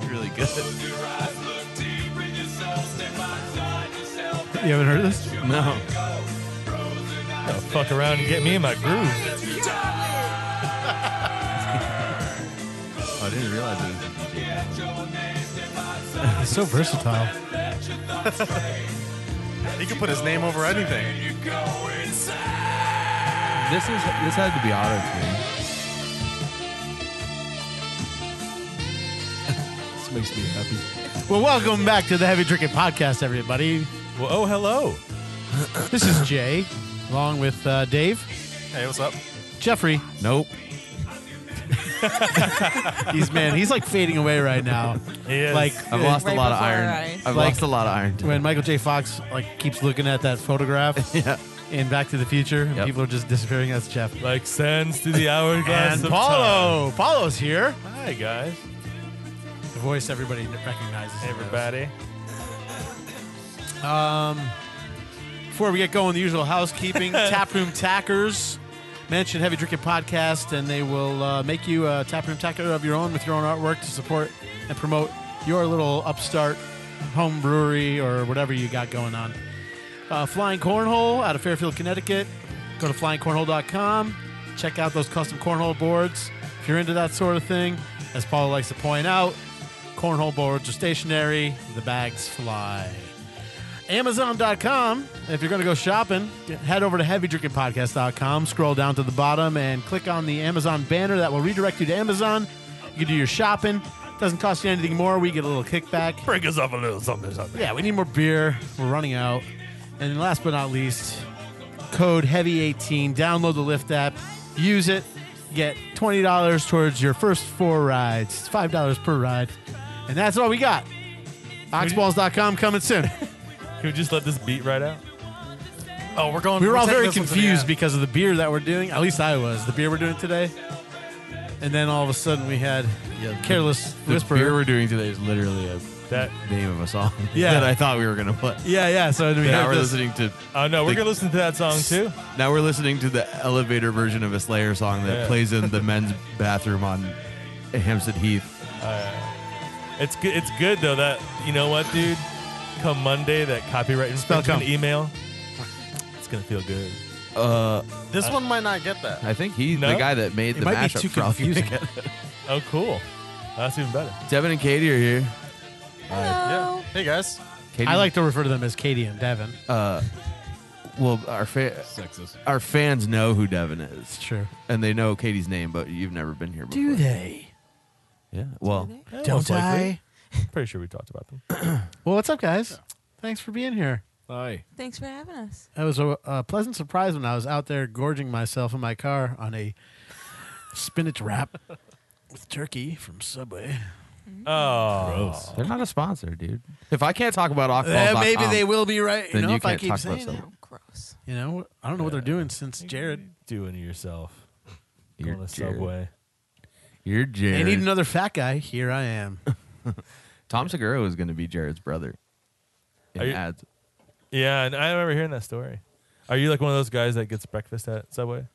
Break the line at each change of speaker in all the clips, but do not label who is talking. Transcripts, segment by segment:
good.
You haven't heard of this?
No.
Gotta fuck around and get me in my groove.
Oh, I didn't realize it was a DJ. album.
It's so versatile.
He could put his name over anything.
This is this had to be auto tune. this makes me happy.
Well, welcome back to the Heavy Drinking Podcast, everybody.
Well, oh, hello.
This is Jay, along with uh, Dave,
Hey, what's up?
Jeffrey.
Nope.
He's man, he's like fading away right now.
He is.
Like
I've
I've lost
Right
a lot of
before
iron.
our eyes.
I've
Like-
lost a lot of iron.
when Michael J. Fox like keeps looking at that photograph
yeah.
in Back to the Future, and
Yep.
people are just disappearing. That's Jeff.
Like sands through the hourglass
And
of
Paulo, Paulo's here.
time. Hi, guys.
The voice everybody recognizes.
Hey, everybody.
Before we get going, the usual housekeeping. Taproom Tackers. Mention Heavy Drinking Podcast, and they will uh, make you a taproom tacker of your own with your own artwork to support and promote your little upstart home brewery or whatever you got going on. Uh, Flying Cornhole out of Fairfield, Connecticut. Go to flyingcornhole.com. Check out those custom cornhole boards. If you're into that sort of thing, as Paula likes to point out, cornhole boards are stationary, the bags fly. Amazon.com. If you're going to go shopping, head over to HeavyDrinkingPodcast.com. Scroll down to the bottom and click on the Amazon banner that will redirect you to Amazon. You can do your shopping. Doesn't cost you anything more. We get a little kickback.
Break us up a little something, something.
Yeah, we need more beer. We're running out. And last but not least, code Heavy18. Download the Lyft app. Use it. Get twenty dollars towards your first four rides. It's five dollars per ride, and that's all we got. Oxballs.com coming soon.
Can we just let this beat right out?
Oh, we're going.
We were
we're
all
taking
very
this one to the
confused
end.
because of the beer that we're doing. At least I was. The beer we're doing today. And then all of a sudden we had Careless
The
Whisper.
beer we're doing today is literally a
That.
name of a song
Yeah.
that I thought we were gonna play.
yeah, yeah. So then we
now
had
we're
this.
listening to
Oh no, we're
The-
gonna listen to that song too.
now we're listening to the elevator version of a Slayer song that
Yeah.
plays in the men's bathroom on Hampstead Heath.
It's good. It's good though. That you know what, dude. Come Monday, that copyright
Spell come.
infringement email. It's gonna feel good.
Uh,
This one might not get that.
I think he's
No?
the guy that made
It
the
might be
mashup
too
for all you
confusing.
guys.
Oh, cool. That's even better.
Devin and Katie are here.
Hello.
Yeah. Hey guys.
Katie,
I like to refer to them as Katie and Devin.
Uh, well, our fa-
Sexist.
our fans know who Devin is,
It's true.
and they know Katie's name, but you've never been here before.
they?
Yeah. Well,
Yeah, most likely. Pretty sure we talked about them.
Well, what's up, guys? Thanks for being here.
Hi.
Thanks for having us.
It was a, a pleasant surprise when I was out there gorging myself in my car on a spinach wrap with turkey from Subway.
Oh,
they're not a sponsor, dude. If I can't talk about Ockballs,
Eh, will be right.
Then you
if I
can't
keep
talk about
saying
Subway.
that.
Oh, gross.
You know, I don't know what they're doing since Jared.
doing it yourself.
You're
Going to
Jared.
Subway.
You're
They
Jared.
need another fat guy. Here I am.
Tom Segura was going to be Jared's brother. In
Are you-
ads.
Yeah, and I remember hearing that story. Are you like one of those guys that gets breakfast at Subway?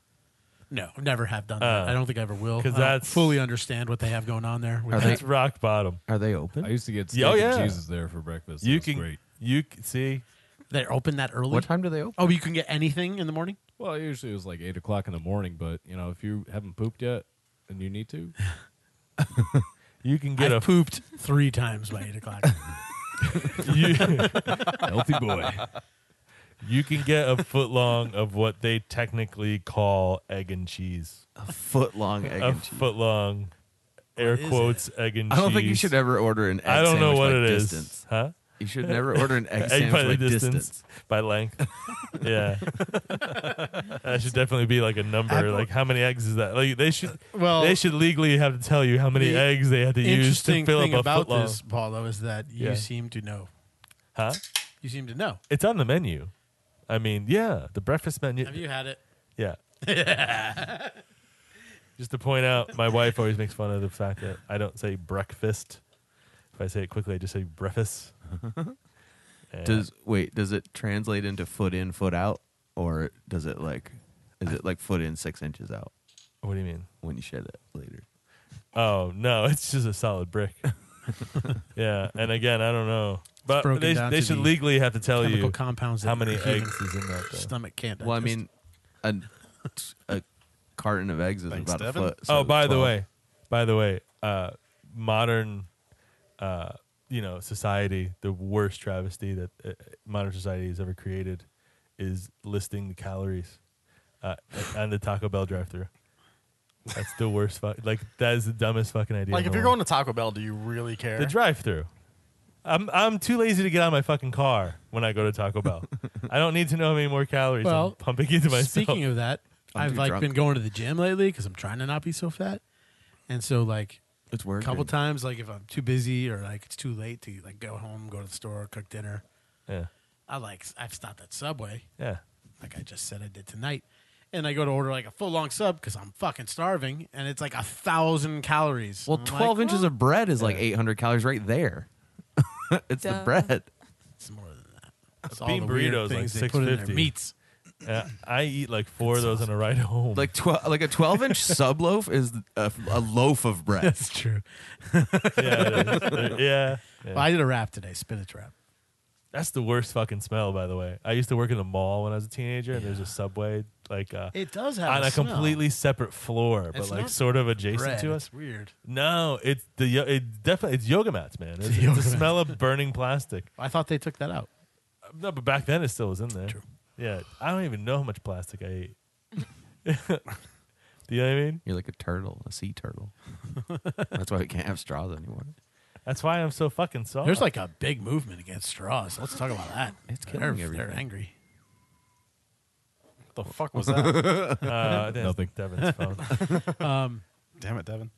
No, never have done that.
Oh.
I don't think I ever will.
'Cause
I don't
that's-
fully understand what they have going on there. with
Are
that.
they-
That's rock bottom.
Are they open?
I used to get steak
Yeah, oh, yeah.
and cheeses there for breakfast. It
you
was
can
great.
you c- see
They're open that early.
what time do they open?
Oh, you can get anything in the morning.
Well, usually it was like eight o'clock in the morning, but you know, if you haven't pooped yet and you need to,
you can get
I
a
pooped three times by eight o'clock.
you,
healthy boy.
you can get a foot long of what they technically call egg and cheese.
A foot long egg
a
and cheese.
foot long, air
What is
quotes egg and
I
cheese.
don't think you should ever order an egg
I don't know
sandwich
what
by
it is,
distance.
huh?
You should never order an egg, sandwich
Egg by the
by
distance.
distance.
by length. yeah, that should definitely be like a number.
Apple- Uh,
Like how many eggs is that? Like they should
Well,
they should legally have to tell you how many
the
eggs they had to use to
interesting
fill
thing
up a
about
foot long.
this, Paulo, is that you
Yeah.
seem to know.
Huh?
You seem to know.
It's on the menu. I mean, yeah, the breakfast menu.
Have you had it?
Yeah. Just to point out, my wife always makes fun of the fact that I don't say breakfast. If I say it quickly, I just say breakfast. And
Does wait? Does it translate into foot in, foot out, or does it like? Is it like foot in, six inches out
what do you mean?
when you shed it later?
Oh no, it's just a solid brick. yeah, and again, I don't know, but
broken
they,
down
they
to
should
the
legally have to tell
Chemical
you
compounds.
how
that
many
your
eggs
human
is in that. Thing.
Stomach can't.
Well, I
digest.
mean, a, a carton of eggs is
Thanks,
about
Devin.
a foot. so
oh, by the
12.
way, by the way, uh, modern, uh, you know, society, the worst travesty that uh, modern society has ever created is listing the calories uh, and the Taco Bell drive-through. That's the worst. Fu- like that is the dumbest fucking idea.
Like,
in
if
the
you're
world.
going to Taco Bell, do you really care?
The drive through. I'm I'm too lazy to get out of my fucking car when I go to Taco Bell. I don't need to know how many more calories
Well,
I'm pumping into myself.
Speaking of that, i
I'm
have
too
like
drunk.
been going to the gym lately because I'm trying to not be so fat, and so like
it's
a
working.
couple times, like if I'm too busy or like it's too late to like go home, go to the store, cook dinner,
yeah,
I like I've stopped at Subway,
yeah,
like I just said I did tonight, and I go to order like a full long sub because I'm fucking starving, and it's like a thousand calories.
Well,
I'm like,
twelve inches
"Well,
of bread is like eight hundred calories right there. it's
Duh.
the bread.
it's more than that. It's
bean
all the weird
burrito is, like,
things they put in their
650.
meats.
yeah. Uh, I eat like four of those on a ride home.
Like twelve, like a twelve inch sub loaf is a, a loaf of bread.
That's true.
yeah, it is. yeah. yeah.
Well, I did a wrap today, spinach wrap.
That's the worst fucking smell, by the way. I used to work in the mall when I was a teenager, and there's a subway like uh,
It does have
on
a
a
smell.
completely separate floor, but
It's
like
not
sort of adjacent
bread.
to us.
It's weird.
No, it's the yo- it definitely it's yoga mats, man. It's, it's
yoga
the
mats.
smell of burning plastic.
I thought they took that out.
No, but back then it still was in there.
True.
Yeah, I don't even know how much plastic I ate. Do you know what I mean?
You're like a turtle, a sea turtle. That's why we can't have straws anymore.
That's why I'm so fucking soft.
There's like a big movement against straws. Let's talk about that.
It's
They're,
killing
they're
everything.
angry.
What the fuck was that?
uh, nothing.
Nothing.
Devin's phone.
Damn it, Devin.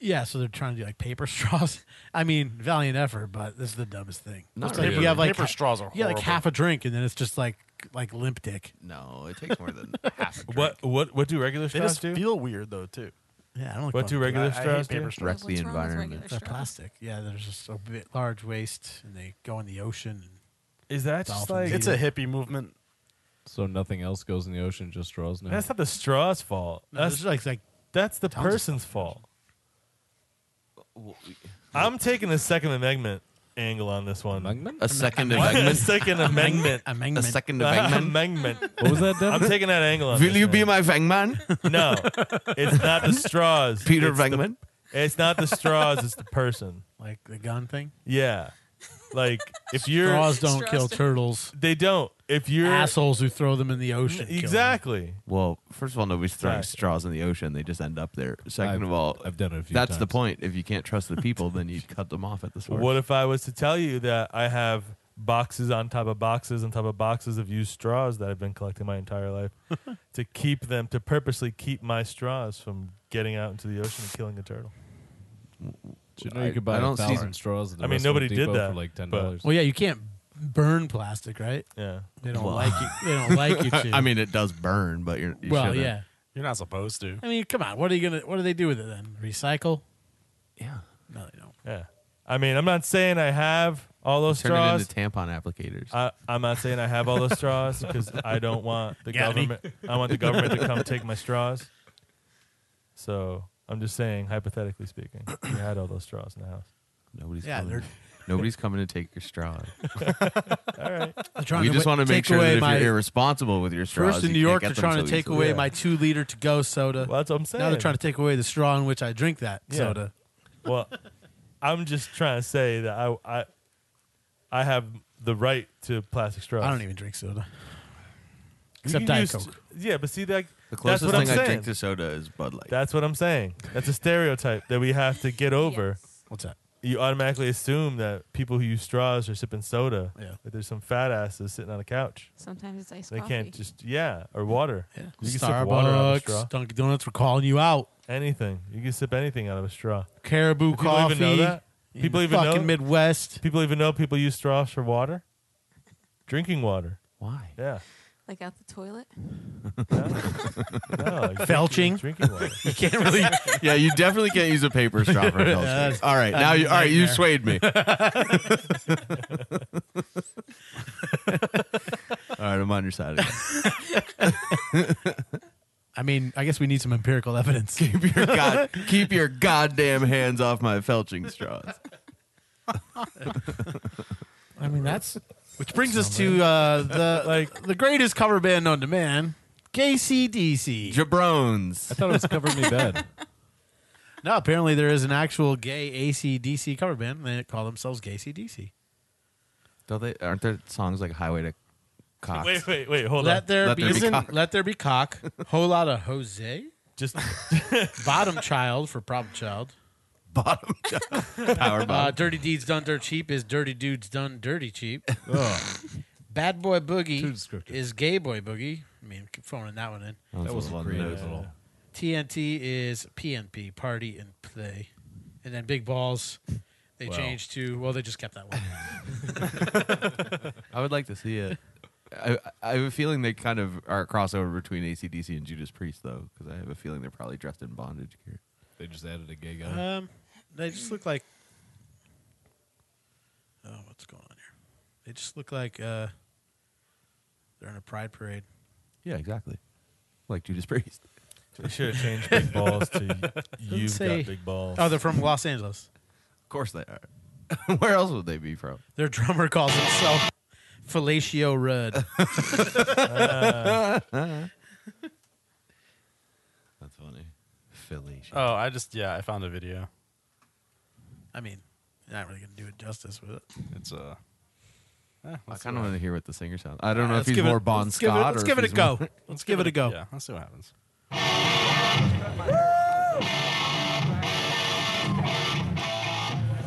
Yeah, so they're trying to do like paper straws. I mean, valiant effort, but this is the dumbest thing.
Not
It's like
really.
you have like
Paper
ha-
straws are
Yeah, like
horrible.
half a drink, and then it's just like like limp dick.
No, it takes more than half. A drink.
what what what do regular
They
straws
just
do?
feel weird though too.
Yeah, I don't. Like
what do
them.
regular
I- I hate
straws do?
paper straws.
Wreck
What's
the
wrong with
environment.
regular
They're
straws?
plastic. Yeah, there's just a bit large waist, and they go in the ocean. And
Is that just
Dolphins
like
eat
It's a hippie movement.
So nothing else goes in the ocean, just straws now.
that's not the straw's fault.
no,
That's
there's like like
that's the
Tons of
person's fault. I'm taking the Second Amendment angle on this one.
Mungman?
A second
What?
amendment.
Second Amendment.
a
A
magnet.
second amendment.
Amendment.
What was that,
I'm
Devin?
taking that angle on
Will
this
you be
one.
my Vangman,
No, it's not the straws.
Peter
it's the-
Vangman?
It's not the straws, it's the person.
like the gun thing.
Yeah. Like if you're
straws don't
Straws
kill
don't-
turtles.
they don't. If you're Mm,
Assholes who throw them in the ocean. kill them.
Exactly.
Well, first of all, nobody's throwing
Right.
straws in the ocean; they just end up there. 2nd
I've-
of all,
I've done it a few
that's the
times.
point. If you can't trust the people, then you cut them off at the source.
What if I was to tell you that I have boxes on top of boxes on top of boxes of used straws that I've been collecting my entire life to keep them to purposely keep my straws from getting out into the ocean and killing a turtle.
Did you know you could
I- I
buy a
don't see-
thousand straws at the
I mean,
West Home
nobody did
Depot
that,
for like ten
but-
dollars.
Well, yeah, you can't burn plastic, right?
Yeah.
They don't
Well-
like you. They don't like you. To.
I mean, it does burn, but you're, you
well,
shouldn't.
yeah.
You're not supposed to.
I mean, come on. What are you gonna? What do they do with it then? Recycle?
yeah.
No, they don't.
Yeah. I mean, I'm not saying I have all those
Turn
straws. Uh,
it into tampon applicators.
I, I'm not saying I have all those straws because I don't want the
Got me.
government. I want the government to come take my straws. So I'm just saying, hypothetically speaking, you had all those straws in the house.
nobody's
yeah,
coming.
they're-
Nobody's coming to take your straw.
All right.
They're trying
We
to
just
wa-
want to
take
make sure
away
that if
my,
you're irresponsible with your straws,
first in
you
New
can't
York.
get
They're
them
trying
so
to take
easily.
away
Yeah.
my two liter to go soda.
Well, that's what I'm saying.
now they're trying to take away the straw in which I drink that
Yeah.
soda.
Well, I'm just trying to say that I, I, I have the right to plastic straws.
I don't even drink soda.
You
Except
can
Diet
use-
Coke.
Yeah, but see that.
The
that's
closest
what
thing
I'm
I
saying.
drink to soda is Bud Light.
that's what I'm saying. That's a stereotype that we have to get over.
Yes.
What's that?
you automatically assume that people who use straws are sipping soda.
Yeah.
That there's some fat asses sitting on a couch.
Sometimes it's iced
They
coffee.
can't just yeah or water.
Yeah.
You can sip water out of a straw.
Starbucks, Dunkin' Donuts. We're calling you out.
Anything you can sip anything out of a straw.
Caribou
Do people
coffee.
even know that?
in
People
the
even know.
fucking Midwest.
people even know people use straws for water. Drinking water.
Why?
Yeah.
like out the toilet.
No. No, like
Felching?
Drinking, drinking water.
You can't really.
Yeah, you definitely can't use a paper straw for adults. all right, now you all right, you
nightmare.
swayed me. all right, I'm on your side. Again.
I mean, I guess we need some empirical evidence.
Keep your god, keep your goddamn hands off my felching straws.
mean, that's which brings us to uh, the like the greatest cover band known to man, KCDC.
Jabrones.
I thought it was cover me bed.
No, apparently there is an actual gay ACDC cover band. And they call themselves KCDC.
Don't they? Aren't there songs like Highway to Cox?
Wait, wait, wait. Hold
Let
on.
there,
Let
be,
There Be
isn't
Cock.
let there be cock. Whole lot of Jose.
Just
Bottom child for problem child.
Bottom Power
Uh,
bottom.
dirty deeds done dirt cheap is dirty dudes done dirty cheap.
Ugh,
Bad boy boogie
Too descriptive.
is gay boy boogie. I mean, keep phoning that one in.
Uh, that wasn't creative
nose.
at all.
TNT is PNP, party and play. And then Big Balls, they
Wow.
changed to, well, they just kept that one.
I would like to see it. I, I have a feeling they kind of are a crossover between ACDC and Judas Priest, though, because I have a feeling they're probably dressed in bondage gear.
They just added a gay guy.
um, they just look like, oh, what's going on here? They just look like uh, they're in a pride parade.
Yeah, exactly. Like Judas Priest.
we should have changed big balls to you've
say-
got big balls.
Oh, they're from Los Angeles.
Of course they are. Where else would they be from?
Their drummer calls himself Fellatio Rudd.
That's funny. Philly. shit.
Oh, I just yeah, I found a video.
I mean, you're not really going to do it justice with it.
It's uh, eh,
I
let's see
kind of
what-
want to hear what the singer sounds. I don't know
Alright, let's
if he's
give it-
more Bon
let's give it-
Scott.
Let's
or
give it
if
a
he's
go.
more-
Let's give it a go.
Yeah, let's see what happens.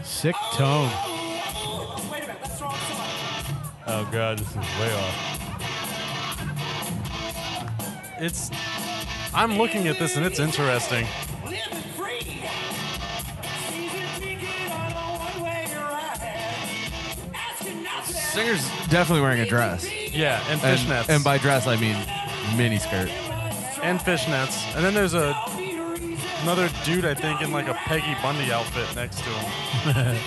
Sick tone.
Oh god, this is way off.
It's. I'm looking at this and it's interesting.
Singer's definitely wearing a dress.
Yeah, and
And,
fishnets.
and by dress, I mean mini skirt.
and fishnets. And then there's a another dude I think in like a Peggy Bundy outfit next to him.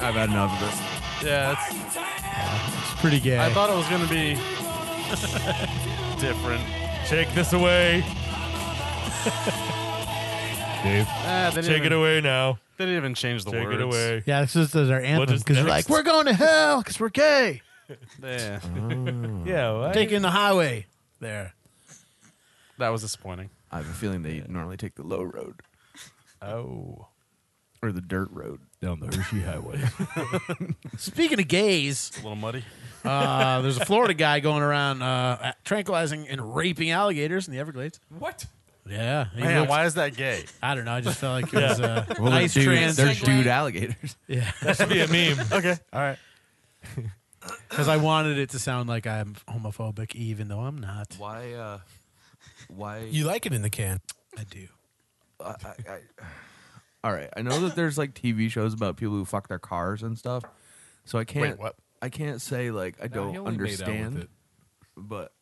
I've had enough of this.
Yeah, it's,
It's pretty gay.
I thought it was gonna be different.
Take this away. Dave,
Ah, they, didn't
take
even,
it away now.
they didn't even change the
Take
words.
it away.
yeah, this is our anthem
What is
because they're like,
next?
we're going to hell because we're gay.
Yeah,
Yeah, well, I-
Taking the highway there.
that was disappointing.
I have a feeling they normally take the low road
Oh.
or the dirt road.
Down the Hershey Highway.
Speaking of gays,
A little muddy.
uh, there's a Florida guy going around uh, tranquilizing and raping alligators in the Everglades.
What?
Yeah. he
Man,
looks-
why is that gay?
I don't know. I just felt like it was uh,
Well, they're
nice
dude,
trans.
they're
segue.
dude alligators.
Yeah.
Should be a meme.
Okay, all right.
Because I wanted it to sound like I'm homophobic, even though I'm not.
Why? uh Why?
like it in the can. I do.
I, I, I- all right. I know that there's like TV shows about people who fuck their cars and stuff. So I can't.
what?
I can't say like I
No, he
don't
only made out with
understand,
it.
but,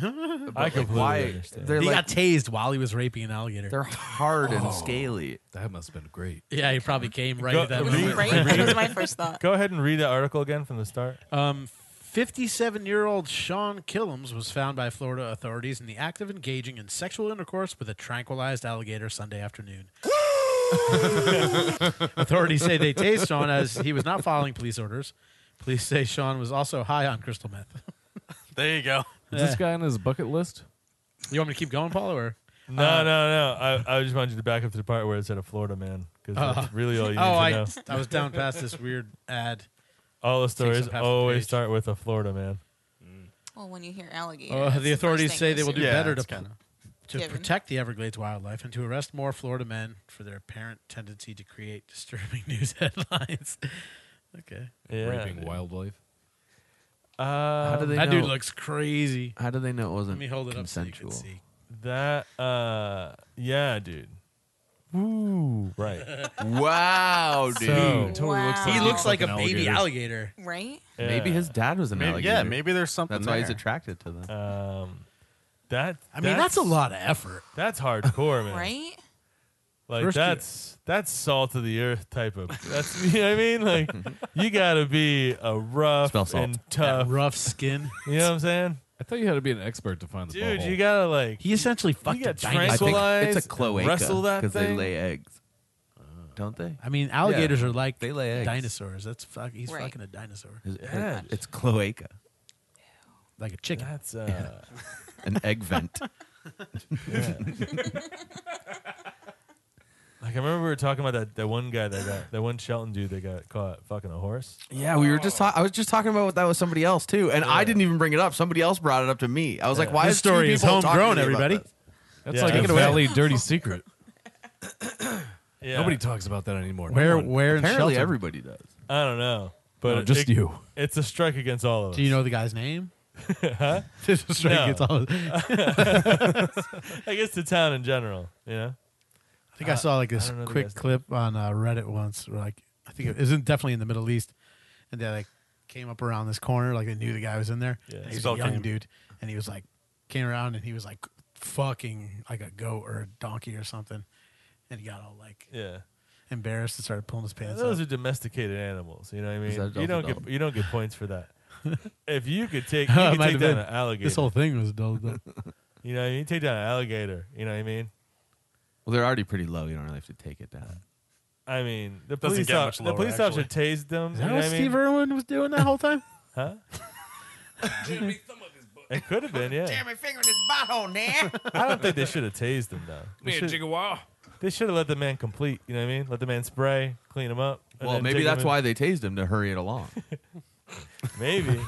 but,
I
like,
completely
why
understand.
they're
He
like
got Oh. tased while he was raping an alligator.
they're hard and scaly.
That must have been great.
Yeah, he probably came right
Go-
at that
It
It
was
was
moment.
great. That was my first thought.
Go ahead and read that article again from the start.
Um, 57 year old Sean Killams was found by Florida authorities in the act of engaging in sexual intercourse with a tranquilized alligator Sunday afternoon. authorities say they tased Sean as he was not following police orders. Police say Sean was also high on crystal meth.
There you go.
Is this guy on his bucket list?
You want me to keep going, Paul? Or
No, no, no. I, I just wanted you to back up to the part where it said a Florida man because that's really all you need
oh,
to
I
know.
I was down past this weird ad.
All the stories
up half the
always
page.
start with a Florida man.
Well, when you hear alligator,
Uh, the authorities say they will do
Yeah,
better to
it's kinda-
to
Given.
protect the Everglades wildlife and to arrest more Florida men for their apparent tendency to create disturbing news headlines. okay.
Yeah.
Raping wildlife.
Uh,
How do they
that
know?
dude looks crazy.
how do they know it
Let
wasn't
me hold it up so you
consensual?
can see.
That uh yeah, dude. Woo, right.
Wow, dude.
So-
Totally looks
Wow.
He
Oh.
looks like a
An
baby alligator.
right?
Maybe
Yeah.
his dad was an
Maybe,
alligator.
yeah, maybe there's something.
that's why he's
there.
attracted to them.
um that
I mean, that's, a lot of effort.
That's hardcore, man.
Right?
Like
First you-
that's that's salt of the earth type of. That's you know what I mean? Like you got to be a rough
Smell salt.
and
That
tough.
rough skin.
You know what I'm saying?
I thought you had to be an expert to find the
Dude,
butthole.
you got to like
He essentially fucked
got
a dinosaur.
I think
tranquilized
it's
and
a cloaca
wrestle that
because they
thing?
lay eggs. don't they?
Oh. I mean, alligators are like
They lay eggs.
dinosaurs. That's fuck, he's
Right.
fucking a dinosaur,
Is it-
Yeah.
It's cloaca,
like a chicken.
That's uh,
an egg vent.
yeah. like I remember we were talking about that, that one guy that got that one Shelton dude that got caught fucking a horse.
Yeah, we were just talking. I was just talking about that with somebody else too, and I didn't even bring it up. Somebody else brought it up to me. I was like,
Yeah.
"Why
This
is two
story is
people talking to
homegrown,
me about
everybody.
this?
That's
Yeah.
like
Take
a
it away.
valley dirty secret.
Yeah.
Nobody talks about that anymore. No
Where,
one.
where in
Apparently,
Shelton?
everybody does.
I don't know, but
No, just
it-
you.
It's a strike against all of us.
Do you know the guy's name?
Huh?
This is straight
No.
gets all-
I guess the town in general. You know.
I think I saw like this
don't know the
quick
guy's name.
clip on uh, Reddit once. Where, like I think it isn't definitely in the Middle East, and they like came up around this corner. Like they knew the guy was in there.
Yeah,
and he was a
spelled
young
game.
dude, and he was like came around and he was like fucking like a goat or a donkey or something, and he got all like
Yeah.
embarrassed and started pulling his pants
Those
up.
are domesticated animals. You know what I mean?
that
You don't
adult?
get you don't get points for that. if you could take you
It
could
might
take
have
down
been.
an alligator,
This whole thing was dull. dull.
you know, you take down an alligator. You know what I mean?
Well, they're already pretty low. You don't really have to take it down.
I mean, the
Doesn't
police
get
op-
much
the
lower,
police
actually.
officer tased them.
Is
you
that
know
what
what I mean?
Steve Irwin was doing that whole time?
Huh? it could have been, yeah.
my finger in his butthole, man.
I don't think they should have tased him though. They should- They should have let the man complete. You know what I mean? Let the man spray, clean him up. and
Well,
then
maybe
take him
that's
in-
why they tased him to hurry it along.
Maybe,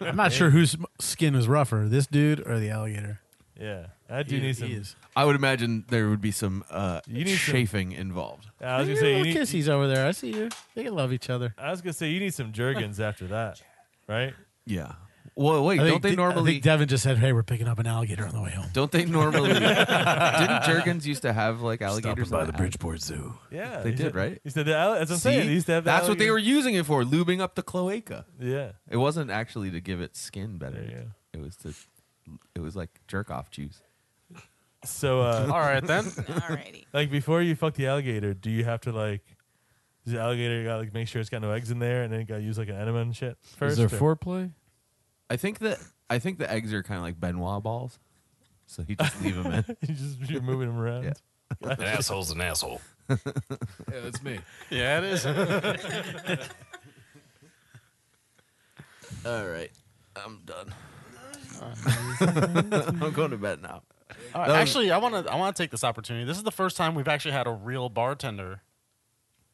I'm not sure whose skin was rougher, this dude or the alligator.
yeah. I do need some.
He is.
I would imagine there would be some uh,
You need some-
chafing involved.
I was
Look
gonna
at
say
your
you
little
need,
kissies over there. I see you. They can love each other.
I was gonna say you need some Jergens after that, right?
Yeah. Well, wait.
I
Don't
think
they
De- I
normally?
think Devin just said, "Hey, we're picking up an alligator on the way home."
don't they normally? didn't Jergens used to have like alligators?
Stopping by
in the
the
house?
Bridgeport Zoo.
Yeah,
They
he
did,
said-
right?
He said the alli- that's what I'm
See?
saying. He used to have the
That's what they were
alligator-
using it for, lubing up the cloaca.
Yeah,
It wasn't actually to give it skin
There you
better.
go.
It was to, it was like jerk off juice.
So, uh,
All right then.
Alrighty.
like before you fuck the alligator, do you have to like? Does the alligator got like make sure it's got no eggs in there, and then got to use like an enema and shit first?
Is there
or-
foreplay?
I think that I think the eggs are kind of like Benoit balls, so you just leave them in.
you just you're moving them around.
Yeah.
An asshole's an asshole.
Yeah, that's me.
Yeah, it is.
All right, I'm done. I'm going to bed now.
All right, actually, I want to. I want to take this opportunity. This is the first time we've actually had a real bartender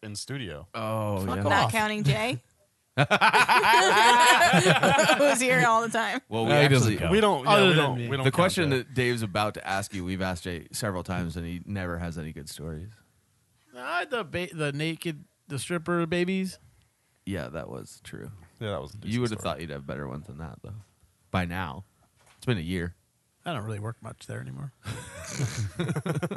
in studio.
Oh yeah.
Not counting Jay. Who's here all the time.
Well, we
No, he doesn't
actually.
count.
We don't.
Other
Yeah, we
than
don't,
me.
we don't
The
count
question
that.
that Dave's about to ask you, we've asked Jay several times, and he never has any good stories.
Ah, the ba- the naked the stripper babies.
Yeah, that was true.
Yeah, that was. a
You
decent
would have
story.
thought you'd have better ones than that, though. By now, it's been a year.
I don't really work much there anymore.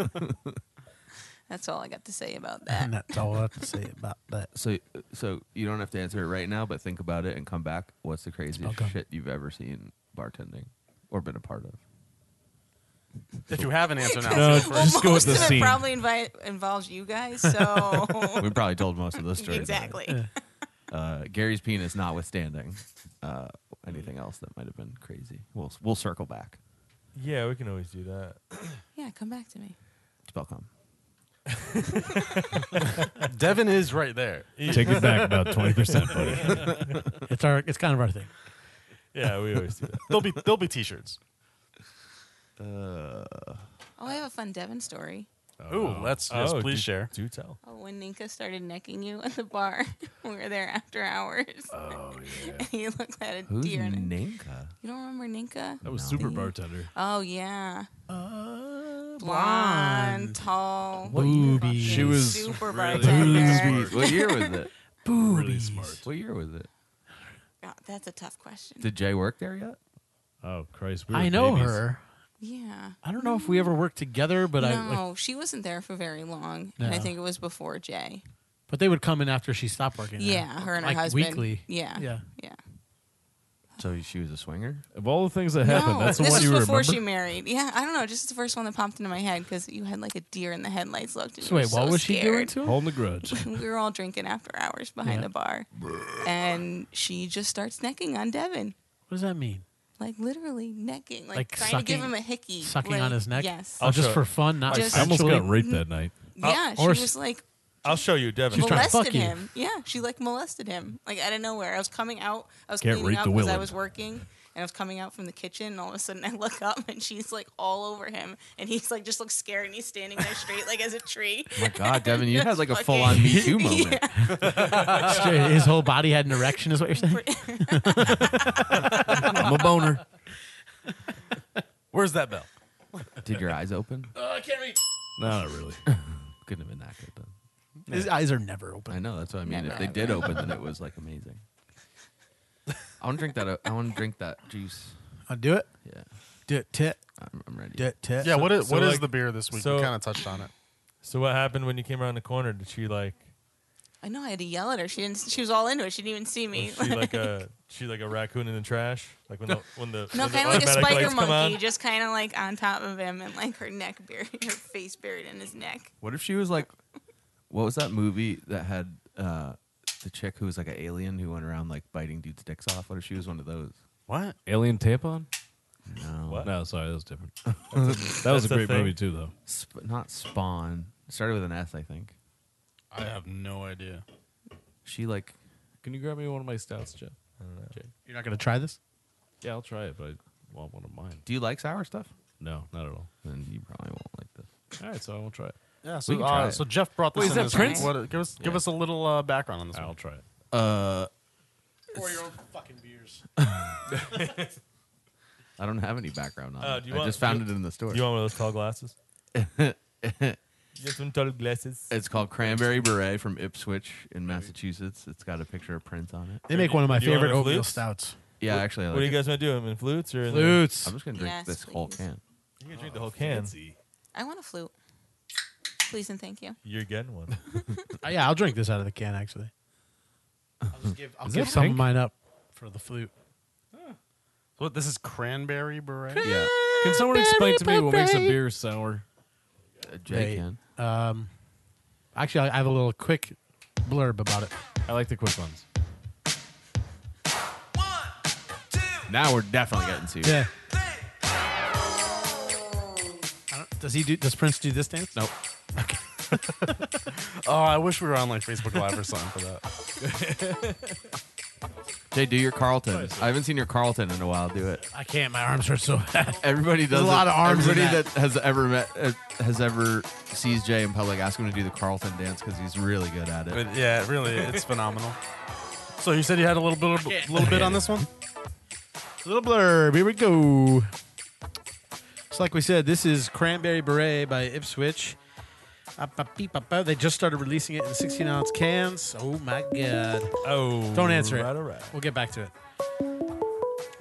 That's all I got to say about
And
that.
that's all I have to say about that.
So, so you don't have to answer it right now, but think about it and come back. What's the craziest
about gum.
shit you've ever seen bartending or been a part of?
If you have an answer now,
No,
feel free.
Well,
Just go with
most
the
of
scene.
it probably invi- involves you guys, so
We probably told most of those stories. already.
exactly.
Uh, Gary's penis, notwithstanding. Uh, anything else that might have been crazy? We'll we'll circle back.
Yeah, we can always do that.
Yeah, come back to me.
Spellcom.
Devin is right there.
Take it back about twenty percent, buddy.
It's our it's kind of our thing.
Yeah, we always do that.
There'll be there'll be t-shirts.
Oh, I have a fun Devon story.
Ooh, let's yes,
Oh,
please
do-
share.
Do tell.
Oh, when Ninka started necking you at the bar, we were there after hours.
Oh yeah,
and you looked at a
Who's
deer. And
Ninka?
you don't remember Ninka?
that was
No.
super bartender.
Oh yeah,
Uh,
blonde, tall,
Booby.
fucking
She was
super
really
bartender.
What year was it?
Really smart.
What year was it?
God, that's a tough question.
Did Jay work there yet?
Oh Christ, we were
I know
babies.
her.
yeah.
I don't know if we ever worked together, but I.
no,
Like,
she wasn't there for very long, and I
No.
think it was before Jay.
but they would come in after she stopped working. there.
Yeah, her and her
like
husband.
weekly.
Yeah,
Yeah.
yeah.
So she was a swinger.
Of all the things that happened,
no,
that's the
this
one
was
you
before
remember.
she married. Yeah, I don't know. Just the first one that popped into my head because you had like a deer in the headlights looked. And
So
you were
wait, what
so
was she doing
scared.
to him?
Holding a grudge.
we were all drinking after hours behind
Yeah.
the bar, and she just starts necking on Devin,
What does that mean?
like literally necking, like,
Like
trying to give
sucking-
him a hickey,
Sucking
like,
on his neck?
Yes,
Oh, just
Also-
for fun, not
Just-
I almost
sexually?
got raped that night.
yeah.
or
she
s-
was like
I'll show you, Devin.
She's trying to
molested
fuck you.
him. Yeah, she like molested him. Like out of nowhere. I was coming out. I was
Can't
cleaning
read
up
the
because I
willing.
was working, and I was coming out from the kitchen. And all of a sudden, I look up, and she's like all over him, and he's like just looks scared, and he's standing there straight, like as a tree.
Oh My God, Devin, you had like a
Fucking-
full on Me Too moment.
Yeah.
His whole body had an erection, is what you're saying?
I'm a boner.
Where's that bell?
Did your eyes open?
no, not really.
Couldn't have been that good then.
His eyes are never open.
I know that's what I mean.
Never
if they did open, then it was like amazing. I want to drink that. uh, I want to drink that juice.
I'll Uh, do it.
Yeah,
Do it, tit.
I'm, I'm ready.
Do it, tit.
Yeah, what is,
so
what is
like-
the beer this week?
so-
we kind of touched on it.
So what happened when you came around the corner? Did she like?
I know. I had to yell at her. She didn't. She was all into it. She didn't even see me.
Was she like a she like a raccoon in the trash? Like when the when the
No,
when the
kind of like a
automatic
spider
lights come
monkey,
on?
just kind of like on top of him, and like her neck buried, her face buried in his neck.
What if she was like, what was that movie that had uh, the chick who was like an alien who went around like biting dudes' dicks off? What if she was one of those?
What?
Alien tampon?
No,
What?
No, sorry, that was different. that was a
that's a
great
thing.
movie too, though.
Sp- not Spawn. It started with an S, I think.
I have no idea.
She like,
Can you grab me one of my stouts, Jeff? Jake?
You're not going to try this?
Yeah, I'll try it, but I want one of mine.
do you like sour stuff?
No, not at all.
Then you probably won't like this.
All right, so I won't try it.
Yeah,
We
so,
can try
uh,
it.
so Jeff brought this
Wait,
in
is that
this
Prince?
week. What, give us, give
Yeah.
us a little uh, background on this
I'll
one.
try it.
Or your own fucking beers.
I don't have any background on
Uh,
it.
do you
I
want-
just found
do
it in the store.
You want one of those tall glasses? you have some tall glasses.
It's called Cranberry Beret from Ipswich in Massachusetts. It's got a picture of Prince on it.
They make one of my
Do you want
favorite
a
oatmeal
flute?
stouts.
Yeah, actually, I like
what do you
it.
guys want to do? I mean, flutes or in the-
Flutes.
I'm just gonna drink
Yes,
this whole
please.
can.
You can drink the whole can.
I want a flute, please and thank you.
You're getting one.
Uh, yeah, I'll drink this out of the can, actually. I'll just give, I'll give
that
some of
pink?
mine up for the flute.
So this is cranberry beret.
Yeah,
Can someone explain to me what makes a beer sour?
a J
Hey.
can.
Actually, I I have a little quick blurb about it.
I like the quick ones.
Now we're definitely getting serious.
Yeah. I don't- Does he do? Does Prince do this dance?
Nope.
Oh, I wish we were on like Facebook Live or something for that.
Jay, do your Carlton. I haven't seen your Carlton in a while. Do it.
I can't. My arms hurt so bad.
Everybody does
There's a lot
it.
of arms in
Everybody
that.
has ever met uh, has ever sees Jay in public. Ask him to do the Carlton dance because he's really good at it.
But yeah, really, it's phenomenal. So you said you had a little bit, little bit on this one.
Little blurb. Here we go. So, like we said, this is Cranberry Beret by Ipswich. Up, up, beep, up, up. They just started releasing it in 16 ounce cans. Oh my god!
Oh,
Don't answer it.
right, all right.
We'll get back to it.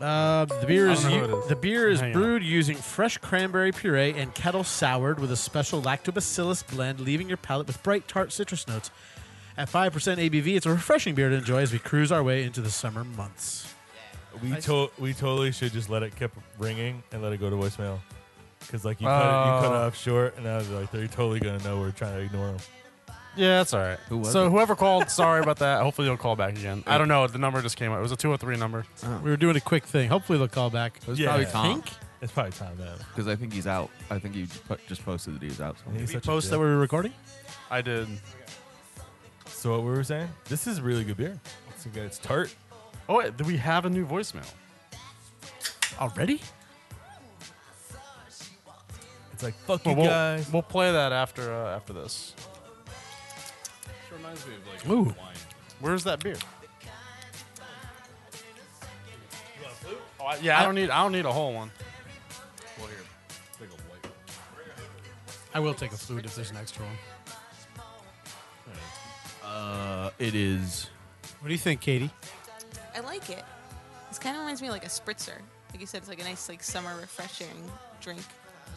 Uh, the beer
I
is,
don't know
u-
who it is.
the beer is
Hang on.
brewed using fresh cranberry puree and kettle soured with a special lactobacillus blend, leaving your palate with bright tart citrus notes. At five percent ABV, it's a refreshing beer to enjoy as we cruise our way into the summer months.
We to- we totally should just let it keep ringing and let it go to voicemail. Because like you cut, it, you cut it
Oh.
off short, and I was like, they're totally gonna know we're trying to ignore them.
Yeah, that's all right.
Who was
so
it?
whoever called, sorry about that. Hopefully you'll call back again. I don't know. The number just came out. It was a 203 number.
We were doing a quick thing. Hopefully, they'll call back.
It was
Yeah.
probably
I
Uh,
Tom
It's probably time man.
because I think he's out. I think he just put- just posted that he was out.
And
somewhere.
he's
we
such a
post
dick.
That we were recording.
I did.
So what we were saying? This is really good beer. It's good. It's tart.
Oh, wait, do we have a new voicemail?
Already?
It's like fuck
Well,
you
we'll,
guys.
we'll play that after uh, after this.
Reminds me of like
Ooh.
Where's that beer? Oh, I- yeah, I don't need. I don't need a whole one.
I will take a flute if there's an extra one.
Uh, it is.
What do you think, Katie?
I like it. This kind of reminds me of like a spritzer. Like you said, it's like a nice like summer refreshing drink.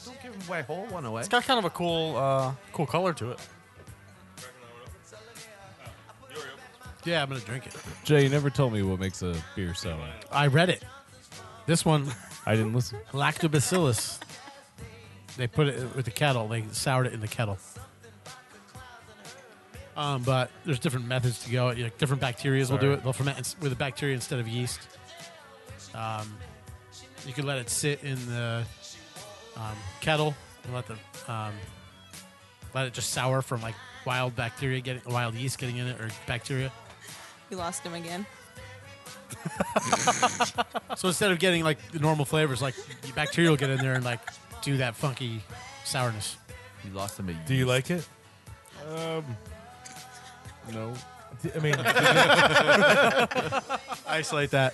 Don't give him my whole one away.
It's got kind of a cool, uh, cool color to it.
Yeah, I'm gonna drink it.
Jay, you never told me what makes a beer sour.
I read it. This one,
I didn't listen.
lactobacillus. they put it with the kettle. They soured it in the kettle. Um, but there's different methods to go. You know, different bacterias will do
Sorry.
it. They'll ferment ins- with a bacteria instead of yeast. Um, you could let it sit in the um, kettle and let the um, Let it just sour from like wild bacteria getting wild yeast getting in it or bacteria.
We lost him again.
So instead of getting like the normal flavors, like bacteria will get in there and like do that funky sourness.
You lost him at
Do you like it?
No.
Do- I mean,
Isolate that.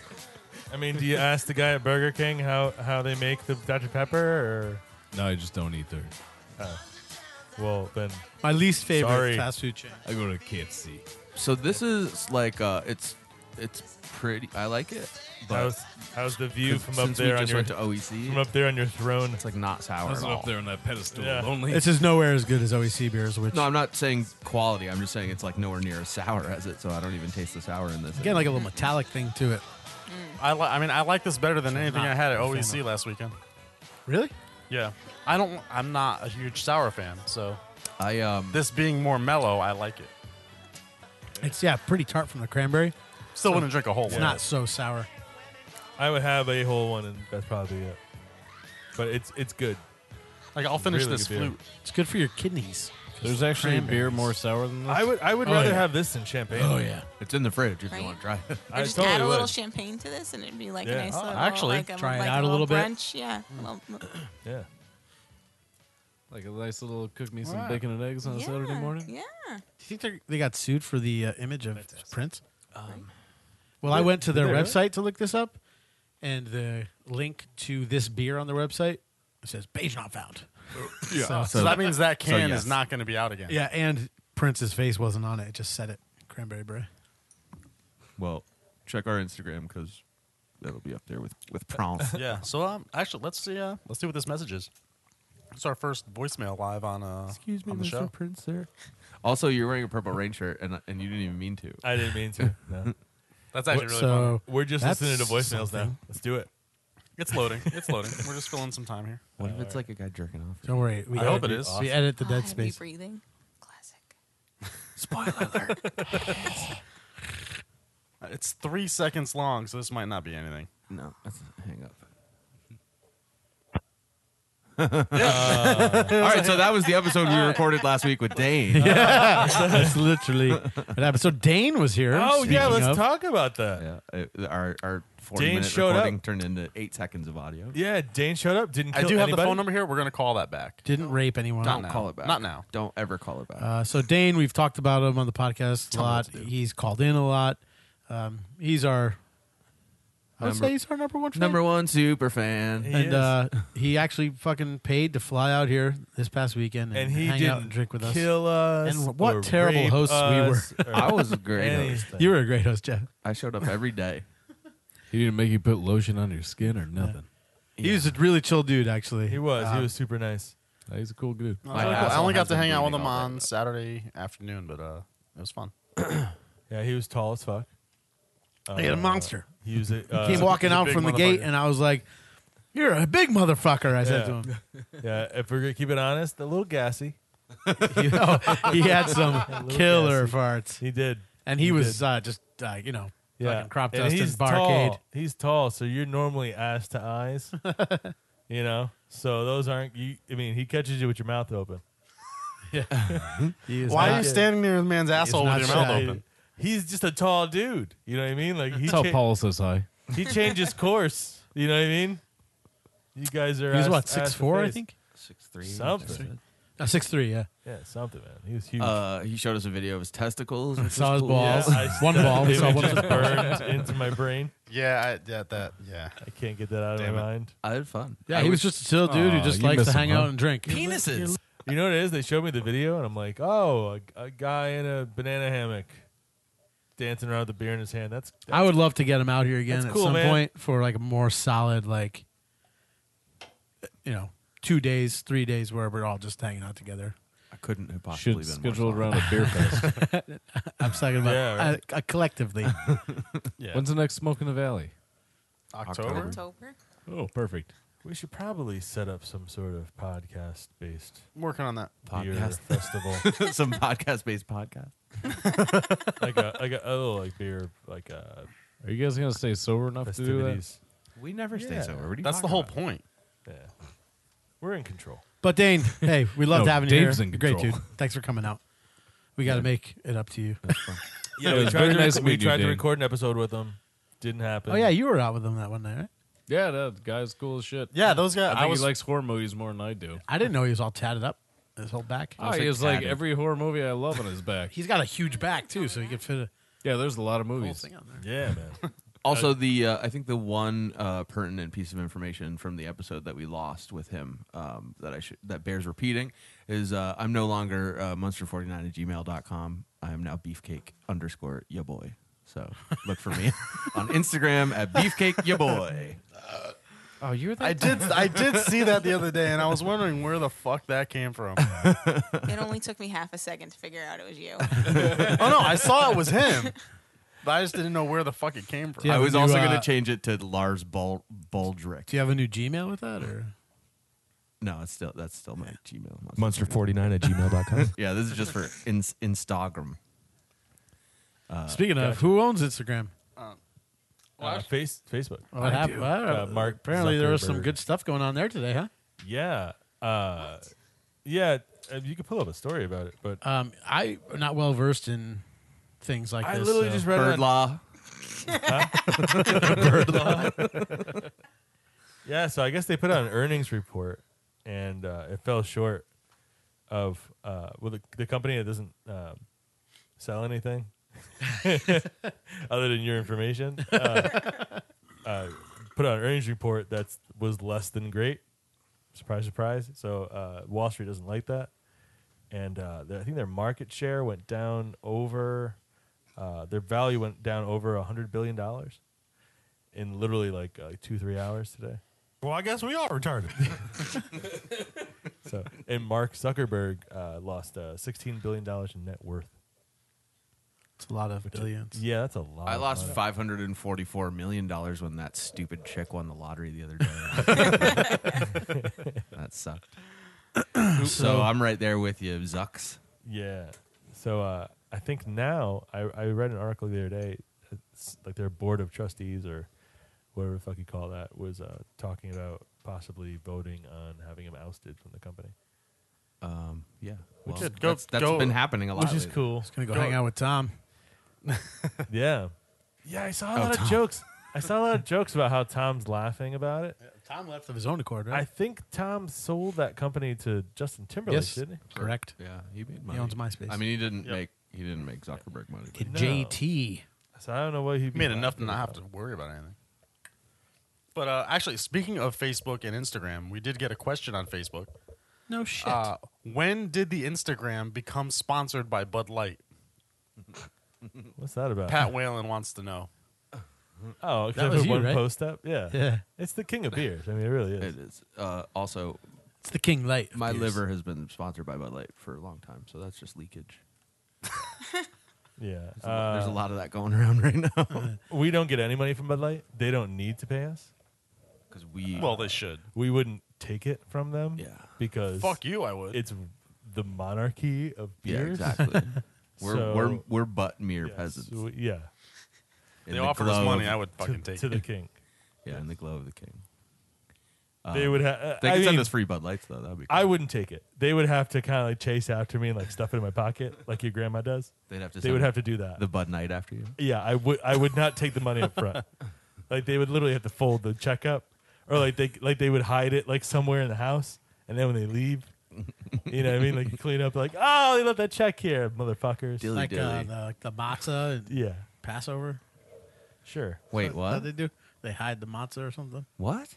I mean, do you ask the guy at Burger King how how they make the Dr Pepper,
No, I just don't eat there.
or well, then
My least favorite
Sorry.
fast food chain.
I go to KFC.
So this is like uh, it's it's pretty. I like it. But
how's how's the view
since-
from up
since we
there on
just
your
went to
from
OEC,
up there on your throne?
it's like not sour at
Wasn't
all.
up there on that pedestal
Yeah.
lonely.
This is nowhere as good as OEC beers, which
No, I'm not saying quality. I'm just saying it's like nowhere near as sour as it. So I don't even taste the sour in this.
again like a little metallic thing to it.
I li- I mean, I like this better than anything
not
I had at
a fan
OEC
of-
last weekend.
Really?
Yeah, I don't. I'm not a huge sour fan, so
I um.
this being more mellow, I like it.
It's yeah, pretty tart from the cranberry.
Still wouldn't drink a whole
It's
one.
not so sour.
I would have a whole one, and that's probably it. But it's it's good.
Like I'll finish
Really
this
good beer.
flute.
It's good for your kidneys.
There's actually a beer
Cranberries.
more sour than this.
I would I would
Oh,
rather
yeah.
have this than champagne.
Oh,
Oh, yeah.
It's in the fridge if
Right?
you want to try it.
Or
I
just
totally
add a little
would.
champagne to this, and it'd be like a
Yeah.
nice
Oh,
little
actually,
like a,
try it
like
out a little bit.
brunch. Yeah, a little-
Yeah.
like a nice little cook me some
Wow.
bacon and eggs on a
yeah,
Saturday morning.
Yeah,
Do you think they got sued for the uh, image of Prince?
Um,
well, I went to their
they really?
website to look this up, and the link to this beer on their website it says page not found.
So,
So-
that means that can
yes.
is not going to be out again.
Yeah, and Prince's face wasn't on it; it just said it. Cranberry bray.
Well, check our Instagram because that'll be up there with with prawns.
Yeah. So um, actually, let's see. Uh, let's see what this message is. It's our first voicemail live on uh
Excuse me,
on the
Mr.
show.
Prince, sir. Also, you're wearing a purple rain shirt, and and you didn't even mean to.
I didn't mean to. No.
That's actually really fun.
so
We're just
That's
listening to voicemails
something.
now. Let's do it.
It's loading. It's loading. We're just filling some time here.
What if it's like a guy jerking off?
don't worry. We
I
edit-
hope it is.
We edit the
Oh,
dead
heavy
space.
breathing. Classic.
Uh, It's three seconds long, so this might not be anything.
No, that's hang up. All right, so that was the episode we recorded last week with Dane.
That's literally what happened. So Dane was here.
Oh yeah,
speaking
let's
of.
talk about that.
Yeah, Uh, it- our our forty
Dane
minute
showed
recording
up.
turned into eight seconds of audio.
Yeah, Dane showed up. Didn't
I
kill
do have the
anybody.
phone number here. We're going to call that back.
Didn't rape anyone.
Not
Don't
now.
call it back.
Not now.
Don't ever call it back.
Uh, so Dane, we've talked about him on the podcast a
Tell me
lot.
what to do.
He's called in a lot. Um, he's our, I would
Number-
say he's our number one fan.
Number one super fan.
He
and
is.
uh, he actually fucking paid to fly out here this past weekend and,
and he
hang
didn't
out and drink with us.
kill us.
And what
or
terrible
rape
hosts we
us or
I was a great. host.
anything.
You were a great host, Jeff.
I showed up every day.
He didn't make you put lotion on your skin or nothing.
He was a really chill dude, actually.
He was.
Um,
he was super nice.
Nah, He's a cool dude.
My
Uh, I
asshole
only got
has
to
been
hang out with
bleeding
him
all
on
day.
Saturday afternoon, but uh, it was fun.
Yeah, he was tall as fuck.
He had a monster.
He was a, uh,
Came walking
he's a
out
big
from the gate,
motherfucker.
and I was like, "You're a big motherfucker," I said
Yeah.
to him.
Yeah, if we're gonna keep it honest, a little gassy.
You know, he had some
little
killer
gassy.
farts,
He did.
and he,
He
was
did.
uh, just uh, you know
Yeah,
fucking crop
And
dust and
he's
barcade.
Tall. He's tall, so you're normally ass to eyes. you know, so those aren't. You, I mean, he catches you with your mouth open.
He is
Why
not-
are you standing near the man's asshole
not
with your mouth
shy.
open?
He's just a tall dude. You know what I mean? Like he
That's how
cha-
Paul says hi.
he changes course. You know what I mean? You guys are.
He's
ass-
what
ass to
six four, I
face.
think.
Six three.
Something.
No, six three. Yeah,
Yeah, something, man. He was huge.
Uh, he showed us a video of his testicles. which
saw
was
his
cool.
balls.
Yeah,
one ball. We
Image
saw one.
just burned into my brain.
Yeah, I, yeah, that, yeah.
I can't get that out of
Damn
my
it.
mind.
I had fun.
Yeah,
I
he was just a chill dude who
Aw,
just
you
likes to
miss him,
hang
huh?
out and drink.
penises.
You know what it is? They showed me the video, and I'm like, oh, a, a guy in a banana hammock dancing around with a beer in his hand. That's,
I would love to get him out here again
That's
at
cool,
some
man.
point for like a more solid, like you know, two days, three days where we're all just hanging out together.
I couldn't have possibly
Should
been
schedule
more fun.
around a beer fest.
I'm talking about
Yeah, right.
uh, uh, collectively. Ah,
Yeah.
When's the next Smoke in the Valley?
October.
October?
October.
Oh, perfect.
we should probably set up some sort of podcast based
I'm working on that.
beer
podcast.
festival,
Some podcast based podcast.
like a like a, a little like beer like uh,
Are you guys gonna stay sober enough to do that?
festivities.
We never
Yeah.
stay sober. What are you
That's the
talking
whole
about?
point.
Yeah, we're in control.
But Dane, hey, we loved
No,
having
Dave's
you
in
here. Great
control.
dude. Thanks for coming out. We got to make it up to you.
Yeah,
It
we
was
tried,
very
to,
nice
rec-
of
we
you,
tried to
Dane.
record an episode with them. Didn't happen.
oh yeah, you were out with them that one night, right?
Yeah, that guy's cool as shit.
Yeah, those guys.
I
I,
think
was
he likes horror movies more than I do.
I didn't know he was all tatted up. His whole back.
Oh, he has like every horror movie I love on his back.
He's got a huge back too, so he could fit a
yeah, there's a lot of
whole
movies.
thing on there.
Yeah, man.
Also, the uh, I think the one uh, pertinent piece of information from the episode that we lost with him um, that I should that bears repeating is uh, I'm no longer uh, monster49 at gmail.com. I am now beefcake underscore ya boy. So look for me on Instagram at beefcake ya boy.
Oh, you're
I did. I did see that the other day, and I was wondering where the fuck that came from. oh
It only took me half a second to figure out it was you.
Oh, no, I saw it was him, but I just didn't know where the fuck it came from.
Yeah,
I was
you,
also
uh,
going to change it to Lars Bul- Baldrick.
Do you have a new Gmail with that or?
No, it's still that's still my Gmail.
Monster49 at gmail.com.
Yeah, this is just for in- Instagram.
Speaking of, who owns Instagram?
uh, face, Facebook.
What happened?
Uh, Mark
Apparently, there was some
Zuckerberg.
good stuff going on there today, huh?
Yeah. Uh, yeah. uh, You could pull up a story about it, but
Uh,
Um, I am not well versed in things like
I
this.
uh,
literally
so-
just read it.
Bird
on-
law.
Yeah, so I guess they put out an earnings report, and uh, it fell short of uh, well the, the company that doesn't um, sell anything other than your information uh, uh, put out an earnings report that was less than great. Surprise, surprise. So uh, Wall Street doesn't like that, and uh, their- I think their market share went down over. Uh, their value went down over a hundred billion dollars in literally like uh, two three hours today.
Well, I guess we all retarded.
So, and Mark Zuckerberg uh, lost uh, sixteen billion dollars in net worth.
It's a lot of billions.
Yeah, that's a lot.
I
of
lost
money.
five hundred and forty-four million dollars when that stupid chick won the lottery the other day. that sucked. so I'm right there with you, Zucks.
Yeah. So uh, I think now I, I read an article the other day, it's like their board of trustees or whatever the fuck you call that was uh, talking about possibly voting on having him ousted from the company,
Um, yeah, well,
should go-
that's, that's
go-
been happening a lot.
which is
lately.
cool.
Gonna go hang out with Tom.
yeah. Yeah, I saw a lot of jokes. I saw a lot of jokes about how Tom's laughing about it.
Tom left of his own accord,
I think Tom sold that company to Justin Timberlake,
yes,
didn't he?
correct.
Yeah, he made money.
owns MySpace.
I mean, he didn't make he didn't make Zuckerberg money. but-
No.
JT.
So I don't know what he
made enough to not have to worry about anything. But uh, actually, speaking of Facebook and Instagram, we did get a question on Facebook.
No shit.
Uh, when did the Instagram become sponsored by Bud Light?
What's that about?
Pat Whalen wants to know.
oh,
That
except
was
for
you,
one
right?
post up. Yeah.
Yeah.
it's the king of beers. I mean, it really is.
It is. Uh, also,
it's the King Light. of
my
beers.
liver has been sponsored by Bud Light for a long time, so that's just leakage.
Yeah,
There's a
Uh,
lot of that going around right now
We don't get any money from Bud Light. They don't need to pay us.
because we
Well, they should.
We wouldn't take it from them.
Yeah.
because
Fuck you, I would.
It's the monarchy of
yeah
beers.
exactly. We're,
So-
we're we're but mere
Yeah,
peasants.
so- yeah,
in
they
the
offered us
glow
money,
of-
I
to,
would fucking take
to
it.
the king.
Yeah, in the glow of the king.
they would have.
Uh, They
I
could send
mean,
us free Bud Lights though. That'd be. Cool.
I wouldn't take it. They would have to kind of like chase after me and like stuff it in my pocket, like your grandma does.
They'd have to.
They would have to do that.
the Bud Night after you.
Yeah, I would. I would not take the money up front. like they would literally have to fold the check up, or like they like they would hide it like somewhere in the house, and then when they leave, you know what I mean? Like you clean up, like oh, they left that check here, motherfuckers.
Dilly
like
dilly.
uh, the, like the matzah and
yeah,
Passover.
sure.
Wait,
What
what?
they do? They hide the matzah or something.
What?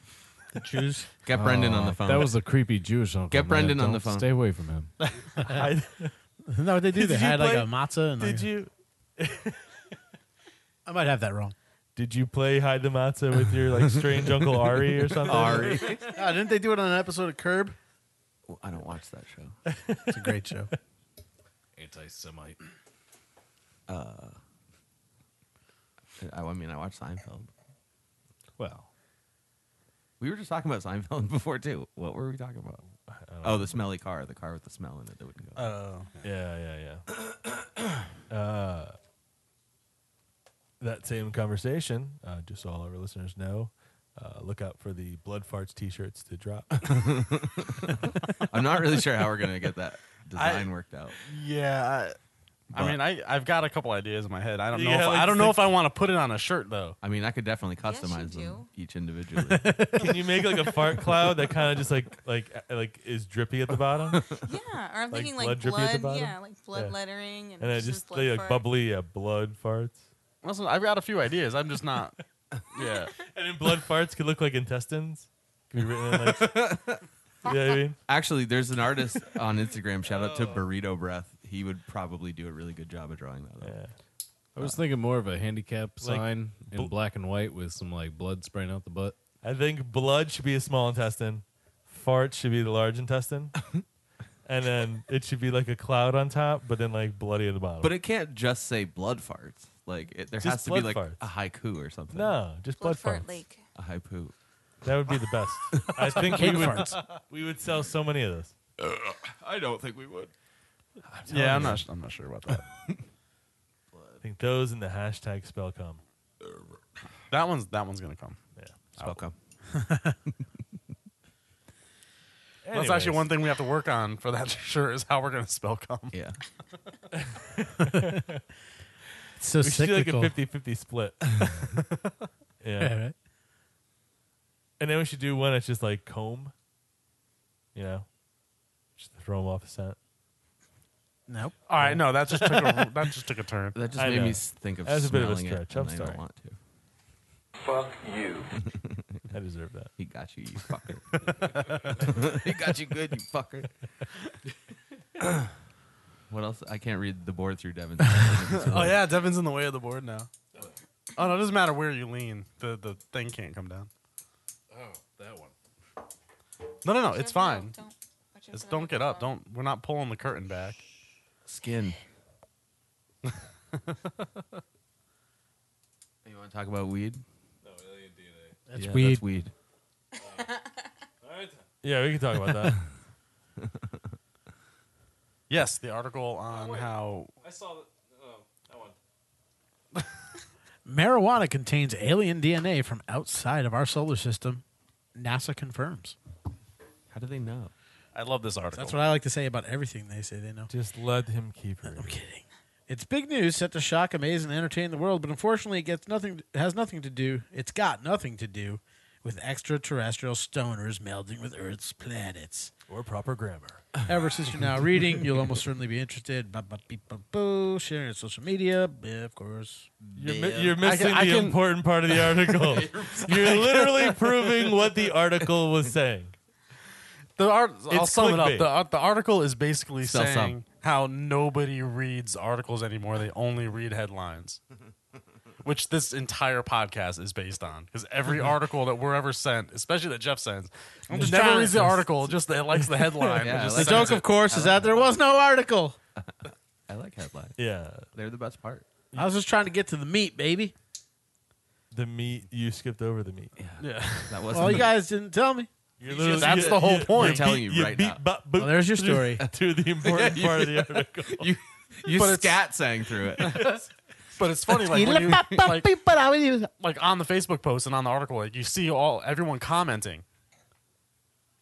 The Jews.
Get Brendan on
Oh,
Uh,
the phone.
That was a creepy Jewish uncle.
Get
man.
Brendan on
Don't
the phone.
Stay away from him.
I,
Isn't that what they do?
Did
they
you
hide like
play-
a matzah. And
did
like-
you
I might have that wrong.
did you play hide the matzah with your like strange uncle Ari or something?
Ari.
Ah, didn't they do it on an episode of Curb?
Well, I don't watch that show.
It's a great show.
Anti-Semite.
I, I mean, I watch Seinfeld.
Well,
We were just talking about Seinfeld before too. What were we talking about? Oh, the smelly car, the car with the smell in it that wouldn't
Uh,
go.
yeah, yeah, yeah. uh, uh, that same conversation, uh, just so all our listeners know, uh, look out for the blood farts t-shirts to drop.
I'm not really sure how we're gonna get that
I-
design worked out.
Yeah. I,
But-
I mean, I I've got a couple ideas in my head. I don't know.
Yeah,
if,
like
I don't
the-
know if I want to put it on a shirt though.
I mean, I could definitely
Yes, you
customize them
do.
each individually.
Can you make like a fart cloud that kind of just like like uh, like is drippy at the bottom,
Yeah, or I'm thinking
blood
like blood,
drippy at the bottom?
yeah, like blood
Yeah.
lettering, and,
and it
just,
just
blood
like
fart.
bubbly uh, blood farts,
Listen, I've got a few ideas. I'm just not. yeah.
and then blood farts could look like intestines. Could be written in like, you know what I mean?
Actually, there's an artist on Instagram. Shout out to
Oh.
Burrito Breath. He would probably do a really good job of drawing that. Up.
Yeah.
I was thinking more of a handicap
like
sign
bl-
in black and white with some like blood spraying out the butt.
I think blood should be a small intestine, fart should be the large intestine, and then it should be like a cloud on top, but then like bloody at the bottom.
But it can't just say blood farts. Like it, there
Just
has to be
blood
like
farts.
a haiku or something.
no, Oh. just
blood
blood,
fart
farts.
lake.
a haiku.
That would be the best. I think we would, we would sell so many of those.
I don't think we would.
Yeah. I'm not. I'm not sure about that.
I think those and the hashtag spell come.
that one's. That one's gonna come.
Yeah.
Welcome.
That's actually one thing we have to work on for that shirt is how we're gonna spell come.
Yeah.
It's so
We should do like a
cyclical.
50 50 split. yeah.
Yeah, right?
And then we should do one that's just like comb, you know, just to throw them off the scent.
Nope.
All right. No, that just took. A, that just took a turn.
That just
I
made
know.
me s- think of
That was a bit of a
smelling it,
stretch. I'm
and I
sorry.
don't want to.
I deserve that.
He got you, you fucker. he got you good, you fucker. what else? I can't read the board through Devin's.
Oh yeah, Devin's in the way of the board now. Oh no, it doesn't matter where you lean. The the thing can't come down.
Oh, That one.
No, no, no. It's
Careful, no,
fine.
don't. Watch out
It's
for that
don't get up.
microphone.
Don't. We're not pulling the curtain back.
Skin. you want to talk about weed?
That's
yeah,
weird.
That's weed.
Yeah, we can talk about that.
Yes, the article on how.
I saw that one.
Marijuana contains alien DNA from outside of our solar system. NASA confirms.
How do they know?
I love this article.
Oh.
That's what I like to say about everything they say they know.
Just let him keep her.
I'm kidding. It's big news set to shock, amaze, and entertain the world, but unfortunately, it gets nothing. it Has nothing to do. It's got nothing to do with extraterrestrial stoners melding with Earth's planets.
Or proper grammar.
Ever since you're now reading, you'll almost certainly be interested. Ba, ba, beep, ba, boo, sharing on social media, yeah, of course.
You're, mi- you're missing
I
the
can-
important part of the article. you're literally proving what the article was saying.
The art, I'll
It's
sum it
clickbait.
up. The, art, the article is basically
Sell some.
saying how nobody reads articles anymore. They only read headlines, which this entire podcast is based on. Because every article that we're ever sent, especially that Jeff sends,
just
never
trying-
reads the article. Just that it likes the headline.
Yeah,
and
The
I
just
like
sends
joke,
it.
of course, is that there was no article.
I like headlines.
Yeah.
They're the best part.
I was just trying to get to the meat, baby.
The meat, you skipped over the meat.
Yeah.
That wasn't.
Well, you
the-
guys didn't tell me.
You're
literally- that's the whole point.
I'm telling you right now.
But,
Well, there's your story.
to the important part of the article.
you you
But it's-
scat sang through it.
But it's funny, like, when you, like like on the Facebook post and on the article, like you see all everyone commenting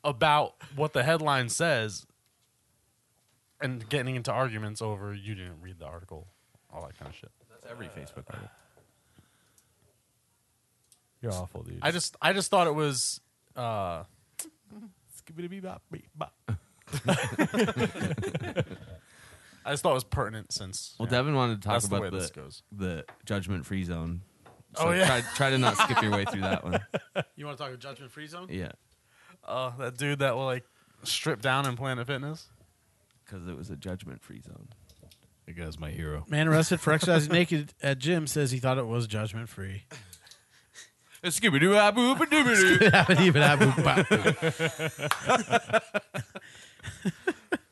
about what the headline says and getting into arguments over you didn't read the article, all that kind of shit.
That's every Facebook article.
You're awful, dude.
I just I just thought it was uh I just thought it was pertinent since
Well,
yeah.
Devin wanted to talk
That's the
about
way
the,
this goes.
the judgment free zone. So
Oh, yeah.
Try, try to not skip your way through that one.
You want to talk about judgment free zone?
Yeah.
Oh, that dude that will like strip down in Planet Fitness.
Because it was a judgment free zone.
That guy's my hero.
Man arrested for exercising naked at gym says he thought it was judgment free.
Scooby doo ah boo doo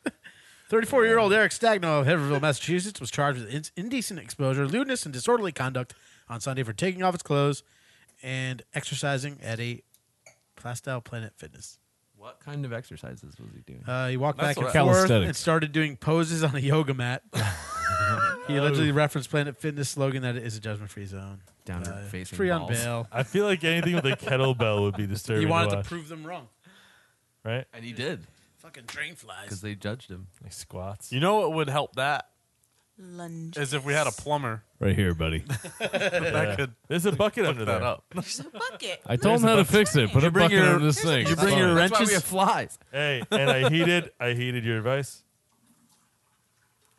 Thirty-four-year-old Eric Stagno of Haverhill, Massachusetts, was charged with in- indecent exposure, lewdness, and disorderly conduct on Sunday for taking off his clothes and exercising at a Plastel Planet Fitness.
What kind of exercises was he doing?
Uh, he walked back
That's
and
what
forth
Calisthenics.
and started doing poses on a yoga mat. He allegedly referenced Planet Fitness slogan that it is a judgment free zone.
Downward facing
free on
balls.
bail.
I feel like anything with a kettlebell would be
He
disturbing.
wanted
to
to
watch,
prove them wrong.
right?
And he did
Fucking drain
because
flies.
they judged him.
Like squats.
You know what would help that
Lunge.
is if we had a plumber
Right here, buddy.
that could
There's a bucket under
that
there.
up.
There's a bucket.
I told him how to fix it. Put a
bring
bucket
your-
under this thing.
you
It's
bring
fine.
your-
That's why
wrenches?
we have flies.
Hey, and I heated. I heated your advice.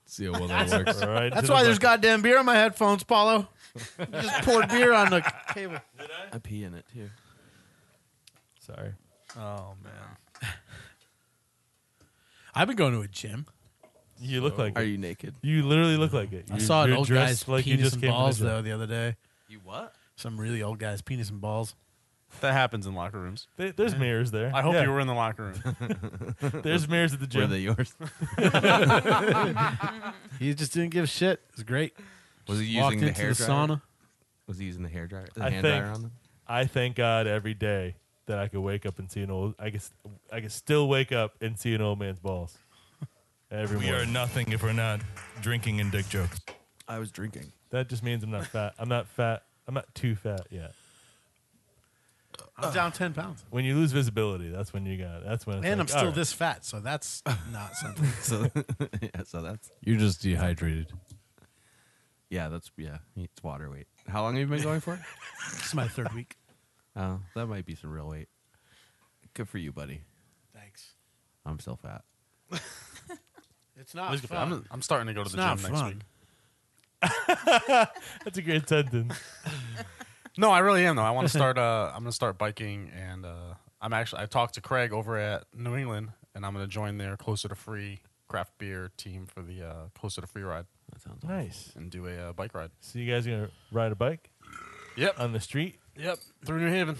See how well that works.
Right.
That's why there's goddamn beer on my headphones, Paulo. You just poured beer on the table.
I pee in it too.
Sorry.
Oh man.
I've been going to a gym.
You look like
Are
it.
you naked?
You literally look like it.
I
You-
saw an
you're
old
dressed
guy's
like you
penis
just
and
came from the
balls
gym.
though the other day.
You what?
Some really old guy's penis and balls.
That happens in locker rooms.
They- there's mirrors there.
I hope
Yeah.
you were in the locker room.
There's mirrors at the
Were
gym.
they yours?
He just didn't give a shit. It was great.
Was he
Walked
using the
into
hair
the sauna.
Was he using the hair dryer? The
I
hand
think-
dryer on them?
I thank God every day that I could wake up and see an old. I guess I can still wake up and see an old man's balls. Every
We are
morning.
nothing if we're not drinking and dick jokes.
I was drinking.
That just means I'm not fat. I'm not fat. I'm not too fat yet.
I'm down ten pounds,
When you lose visibility, that's when you got. That's when. It's
and I'm
like,
still
all right.
this fat, so that's not something.
So, yeah, so that's
You're just dehydrated.
yeah, that's yeah, it's water weight. How long have you been going for?
It's my third week.
Oh, that might be some real weight. Good for you, buddy.
Thanks.
I'm still fat.
It's not
I'm,
fun.
I'm starting to go to
It's
the gym
not
next
fun.
week.
That's a great sentence.
No, I really am though. I want to start. Uh, I'm gonna start biking, and uh, I'm actually. I talked to Craig over at New England, and I'm gonna join their Closer to Free craft beer team for the uh, Closer to Free ride
That sounds awesome.
Nice.
and do a uh, bike ride.
So you guys gonna ride a bike
Uh,
Yep,
on the street?
yep, through New Haven.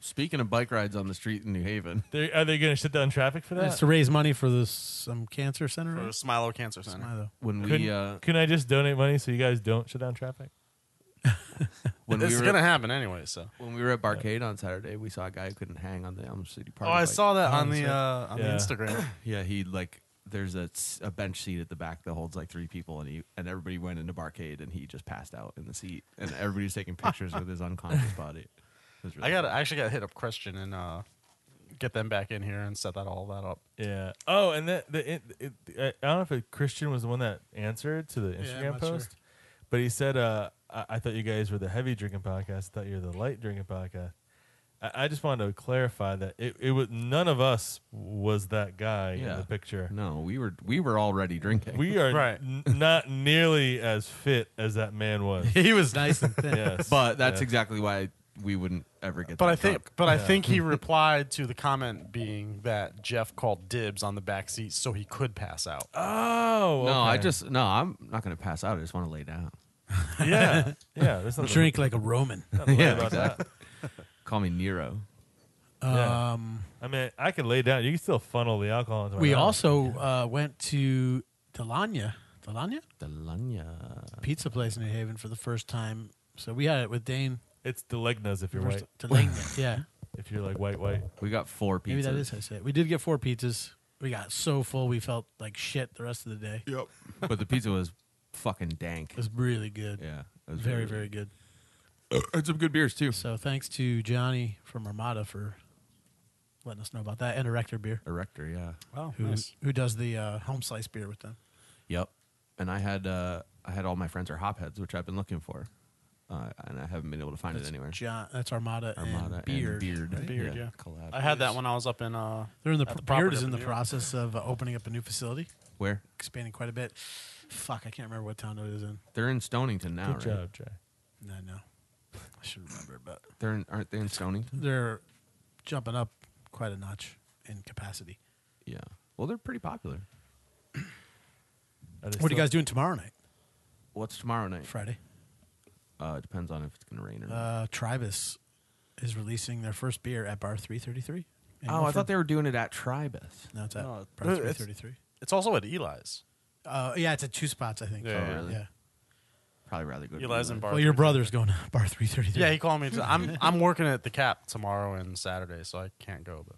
Speaking of bike rides on the street in New Haven,
They, are they gonna shut down traffic for
It's
that?
to raise money for the some cancer center.
For
Hmm?
right?
Smilo Cancer Center.
Smilo.
when
Couldn't,
we uh,
couldn't I just donate money so you guys don't shut down traffic?
when
It's
we were
gonna happen anyway. So.
when we were at Barcade on Saturday, we saw a guy who couldn't hang on the Elm City
Oh,
Park.
I saw that on the
so-
uh, on the
Yeah.
Instagram.
Yeah, he like there's a, s- a bench seat at the back that holds like three people, and he and everybody went into Barcade, and he just passed out in the seat, and everybody's taking pictures with his unconscious body. It was really
I got. I actually got to hit up Christian and uh, get them back in here and set that all that up.
Yeah. Oh, and that the it, it, I don't know if it, Christian was the one that answered to the
I'm
Instagram
not sure.
post, but he said, uh, I, "I thought you guys were the heavy drinking podcast. I thought you were the light drinking podcast." I, I just wanted to clarify that it, it was none of us was that guy in
Yeah.
the picture.
No, we were we were already drinking.
We are
Right.
n- not nearly as fit as that man was.
He was nice and thin.
yes,
but that's
Yeah.
exactly why we wouldn't ever get.
But
that
I think,
drunk.
but I think he replied to the comment being that Jeff called dibs on the back seat so he could pass out.
oh
no, I
okay.
just no, I'm not gonna pass out. I just want to lay down.
yeah yeah. There's nothing to-
Drink like a Roman.
nothing to worry
Yeah,
about that.
exactly. Call me Nero.
Yeah.
Um,
I mean, I could lay down. You can still funnel the alcohol into my
we
mouth.
also uh, went to Delania, Delania
Delanya.
pizza place in New Haven for the first time. So we had it with Dane.
It's delegnas if you're white.
First- Delania, yeah.
If you're like white, white.
We got four pizzas.
Maybe that is how I say it. We did get four pizzas. We got so full we felt like shit the rest of the day.
Yep. but the pizza was fucking dank.
It was really good.
Yeah, it was
very,
really-
very good.
Had some good beers too.
So thanks to Johnny from Armada for letting us know about that and Erector Beer,
Erector, yeah.
Wow,
who who does the uh, home slice beer with them.
Yep. And I had uh I had all my friends are hopheads, which I've been looking for, uh, and I haven't been able to find it anywhere.
John, that's Armada,
Armada
and Beard.
and Beard,
Beard, yeah.
collab.
I had that when I was up in. Uh,
They're in the,
At the
Beard
property
is
up
in the
in New York.
process of uh, opening up a new facility,
Where
expanding quite a bit. Fuck, I can't remember what town it is in.
they're in Stonington now,
Good
right?
job, Jay.
No, no, I should remember, but
They're in, aren't they in Stonington?
they're jumping up quite a notch in capacity.
Yeah. Well, they're pretty popular.
I just
What are you
thought-
guys doing tomorrow night,
What's tomorrow night?
Friday?
Uh, depends on if it's gonna rain or not.
Uh, Tribus is releasing their first beer at Bar Three Thirty Three.
oh, I thought they were doing it at Tribus.
No, it's at
No,
Bar
it's-
Three Thirty Three.
it's also at Eli's.
Uh, yeah, it's at two spots, I think.
Yeah,
Oh, yeah, really?
yeah.
yeah. Probably rather go. to
Eli's
Leland.
and Bar.
Well, your
333.
brother's going to Bar Three Thirty Three.
Yeah, he called me. To, I'm I'm working at the Cap tomorrow and Saturday, so I can't go. But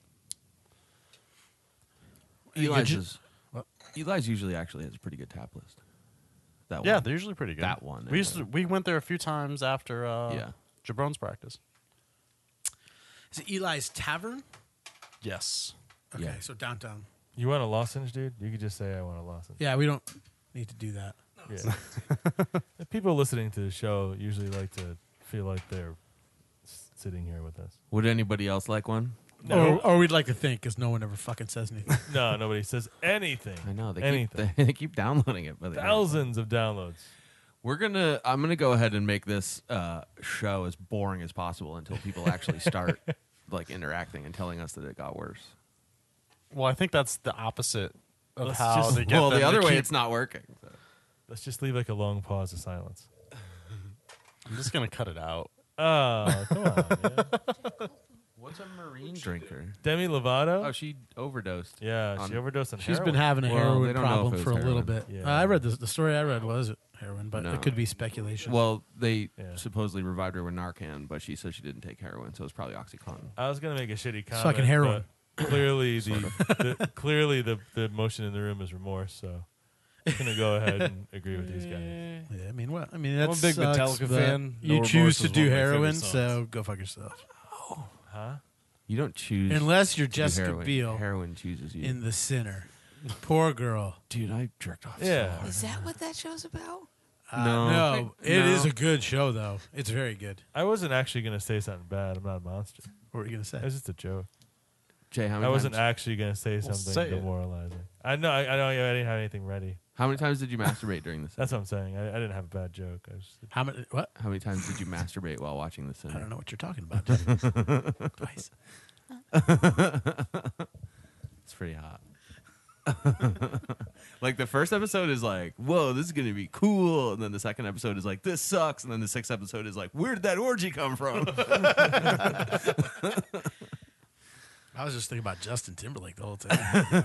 Eli's
Good-
is,
What?
Eli's usually actually has a pretty good tap list. That
Yeah,
one.
they're usually pretty good.
Oh, That one,
We used to,
anyway.
we went there a few times after uh,
Yeah.
Jabron's practice.
Is it Eli's Tavern?
Yes.
Okay,
Yeah.
so downtown.
You want a lozenge, dude? You could just say I want a lozenge.
Yeah, we don't need to do that.
Yeah. The People listening to the show usually like to feel like they're s- sitting here with us.
Would anybody else like one?
No,
Or, or we'd like to think because no one ever fucking says anything.
no, nobody says anything.
I know they
anything.
keep they, they keep downloading it, but they don't.
Thousands of downloads.
We're gonna. I'm gonna go ahead and make this uh, show as boring as possible until people actually start like interacting and telling us that it got worse.
Well, I think that's the opposite of
Let's
how
just-
they get
Well, the
them to
other way,
keep-
it's not working. so.
Let's just leave like a long pause of silence.
I'm just gonna cut it out.
Oh, come on. man.
What's a marine drinker?
Demi Lovato?
Oh, she overdosed.
yeah,
on-
she overdosed on
She's
heroin.
been having a
Well, they
heroin
don't know if
problem
it was
for a little
heroin.
bit.
Yeah.
Uh, I read this, the story I read was heroin, but
No.
it could be speculation.
Well, they
Yeah.
supposedly revived her with Narcan, but she said she didn't take heroin, so it's probably OxyContin.
I was gonna make a shitty comment.
fucking heroin.
but Clearly the, the clearly the, the emotion in the room is remorse, so I'm gonna go ahead and agree with these guys.
yeah, I mean, what? I mean,
I'm a
that's
big Metallica fan. No
You
Remorse
choose to
is
do
one of my favorite
heroin,
songs.
so go fuck yourself.
Huh?
You don't choose
Unless you're
to do
Jessica
heroin.
Biel
Heroin chooses you.
in The Sinner. Poor girl.
Dude, I jerked off. so
Yeah.
hard.
Is that what that show's about?
Uh,
No.
no, it is
No.
a good show though. It's very good.
I wasn't actually gonna say something bad. I'm not a monster.
What were you gonna
It
say?
was just a joke.
Jay, how
I
many
wasn't
times,
actually gonna say
Well,
something
say it.
demoralizing. I know. I, I know. I didn't have anything ready.
how many times did you masturbate during this?
That's what I'm saying. I, I didn't have a bad joke. I was
How many? What?
How many times did you masturbate while watching this?
I don't know what you're talking about. Twice.
It's pretty hot. like the first episode is like, whoa, this is gonna be cool, and then the second episode is like, this sucks, and then the sixth episode is like, where did that orgy come from?
I was just thinking about Justin Timberlake the whole time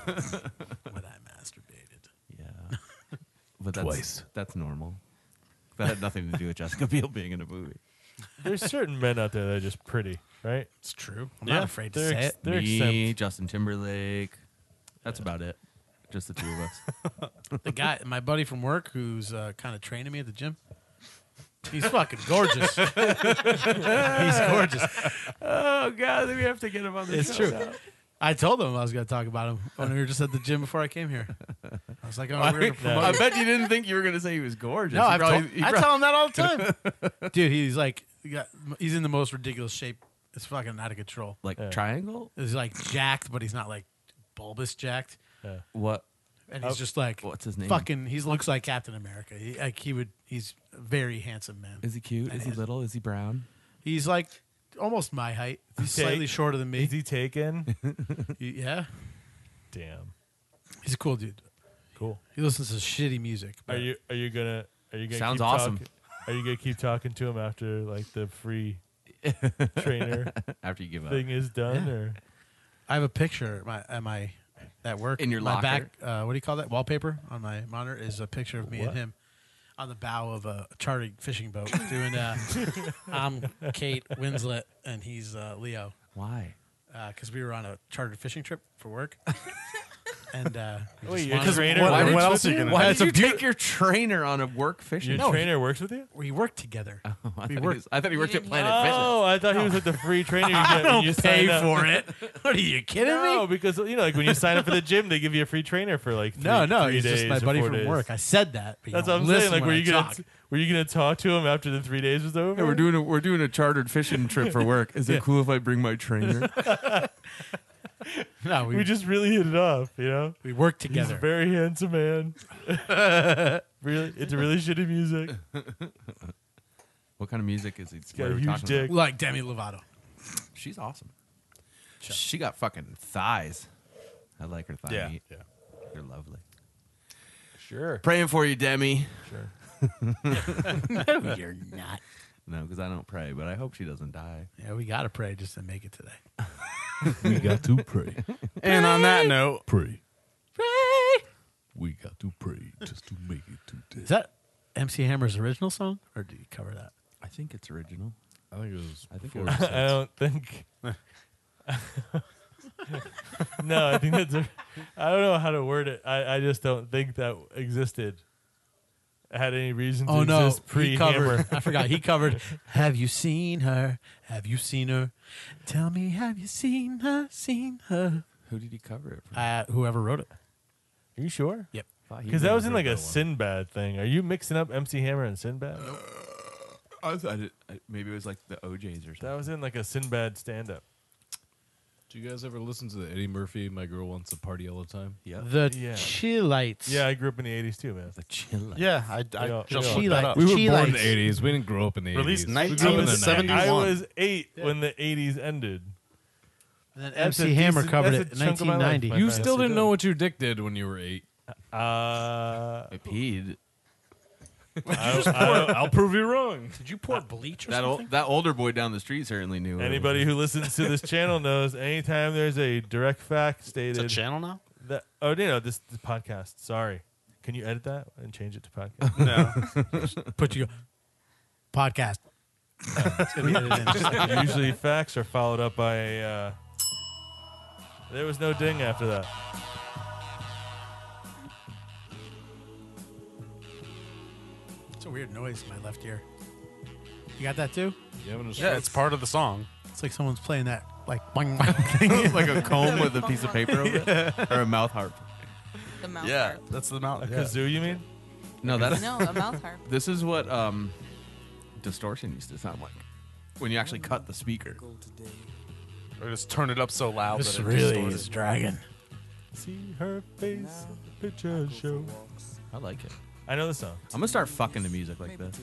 when I masturbated.
yeah, but that's that's normal. That had nothing to do with Jessica Biel being in a movie.
there's certain men out there that are just pretty, right?
It's true. I'm
Yeah,
not afraid to
they're
say
ex-
it.
They're
Me,
exempt.
Justin Timberlake. That's about it. Just the two of us.
The guy, my buddy from work, who's uh, kind of training me at the gym. He's fucking gorgeous. He's gorgeous.
oh God, we have to get him on the
It's true. I told him I was going to talk about him when we were just at the gym before I came here. I was like, oh, we're going to promote
I bet you didn't think you were gonna say he was gorgeous.
No,
He
I've
probably-
told-
he
I
prob-
tell him that all the time. Dude, he's like, he got- he's in the most ridiculous shape. It's fucking out of control.
like
Yeah.
triangle.
He's like jacked, but he's not like bulbous jacked.
Yeah.
What?
And
Oh.
he's just like,
What's his name?
fucking, he looks like Captain America. He, like, he would, he's a very handsome man.
Is he cute?
That
Is he
is-
little? Is he brown?
He's like almost my height. He's
Okay.
slightly shorter than me.
Is he taken?
He- yeah.
Damn.
He's a cool dude.
Cool.
He listens to shitty music.
Are
but-
you are you gonna are you gonna
Sounds
keep
awesome.
talk- are you gonna keep talking to him after like the free trainer
After you give up.
thing is done
Yeah.
or
I have a picture at my at my at work
In your
my
locker?
back. Uh, what do you call that? Wallpaper on my monitor is a picture of me
What?
and him on the bow of a chartered fishing boat doing. Uh, I'm Kate Winslet and he's uh, Leo
Why?
because uh, we were on a chartered fishing trip for work. and uh, we just
Wait, your
wanted-
trainer
What,
why
works
would
what
you
with
else are you
you?
gonna?
Why
it's
did
a
you
beau-
take your trainer on a work fishing?
Your
trip?
trainer works with you?
we worked together.
I,
we
thought
work-
he was- I thought he worked at
didn't
Planet
Oh, I thought he was like the free trainer you get when you sign up.
it. What are you kidding
No, because you know, like when you sign up for the gym, they give you a free trainer for like three,
No, no,
three
he's
days
just my
or
buddy
four
from
days.
work. I said that. But you
That's what
don't
I'm saying.
listen
Like,
when
were
I
you gonna
talk.
were you gonna talk to him after the three days was over?
Fitness. We're doing a we're doing a chartered fishing trip for work. Is it cool if I bring my trainer?
No, we,
we just really hit it off. You know,
we worked
he's
together.
a very handsome man. really, it's really shitty music. He's
what kind of music is he?
got
what are
a
we
huge
talking
dick.
like Demi Lovato.
about? She's awesome. She got fucking thighs. I like her thigh
Yeah.
meat. They're lovely.
Sure,
Praying for you, Demi.
sure.
no, you're not.
No, because I don't pray, but I hope she doesn't die.
Yeah, we gotta pray just to make it today.
We got to pray.
And on that note,
Pray. We got to pray just to make it to
Is
this.
that MC Hammer's original song, or do you cover that?
I think it's original.
I think it was.
I think it
before
was-
this.
I don't think. no, I think that's. A, I don't know how to word it. I, I just don't think that existed had any reason to
Oh no,
exist
he
pre
covered.
Hammer.
I forgot. He covered. Have you seen her? Have you seen her? Tell me, have you seen her? Seen her?
Who did he cover it for?
Uh, whoever wrote it.
Are you sure?
Yep.
Because that was in like a Sinbad thing. Are you mixing up MC Hammer and Sinbad?
I thought it, I- maybe it was like the OJ's or something.
That was in like a Sinbad stand up.
Do you guys ever listen to the Eddie Murphy "My Girl Wants to Party All the Time"?
yeah.
The
Oh, Yeah.
Chillites.
Yeah, I grew up in the 80s too, man.
The chill.
Yeah, I, I
Yeah,
just
yeah.
looked that
Chillites.
up.
We were born in the
Chillites.
'80s. We didn't grow up in the
Released
80s. We grew up in the
1970.
90s.
I
91.
was eight when the 80s ended.
And then
That's
MC
a
Hammer
decent-
covered it
that's
in
a chunk of my life,
1990.
my
You
Yes,
still
we
didn't
did.
know what your dick did when you were eight.
Uh,
I peed.
I'll prove you wrong.
Did you pour bleach or
That
something?
ol that older boy down the street certainly knew. what it
anybody who listens to this channel knows anytime there's a direct fact
It's a
stated
channel now?
that, oh, you know, this, this podcast. Sorry. Can you edit that and change it to podcast?
No.
Put you podcast. It's gonna be edited in. Just-
Usually facts are followed up by a. Uh, there was no ding after that.
It's a weird noise in my left ear. You got that too?
You having a
yeah, it's part of the song.
It's like someone's playing that like boing, boing thing.
was. like a comb with a piece of paper over it or a mouth harp.
The mouth harp.
that's the mouth. Yeah.
Kazoo, you mean?
No, that's
No, a mouth harp.
this is what um, distortion used to sound like when you actually cut the speaker.
Or just turn it up so loud
This
that it
really
distorted.
is dragon.
See her face, picture show.
I like it.
I know the song.
I'm gonna start fucking the music like this.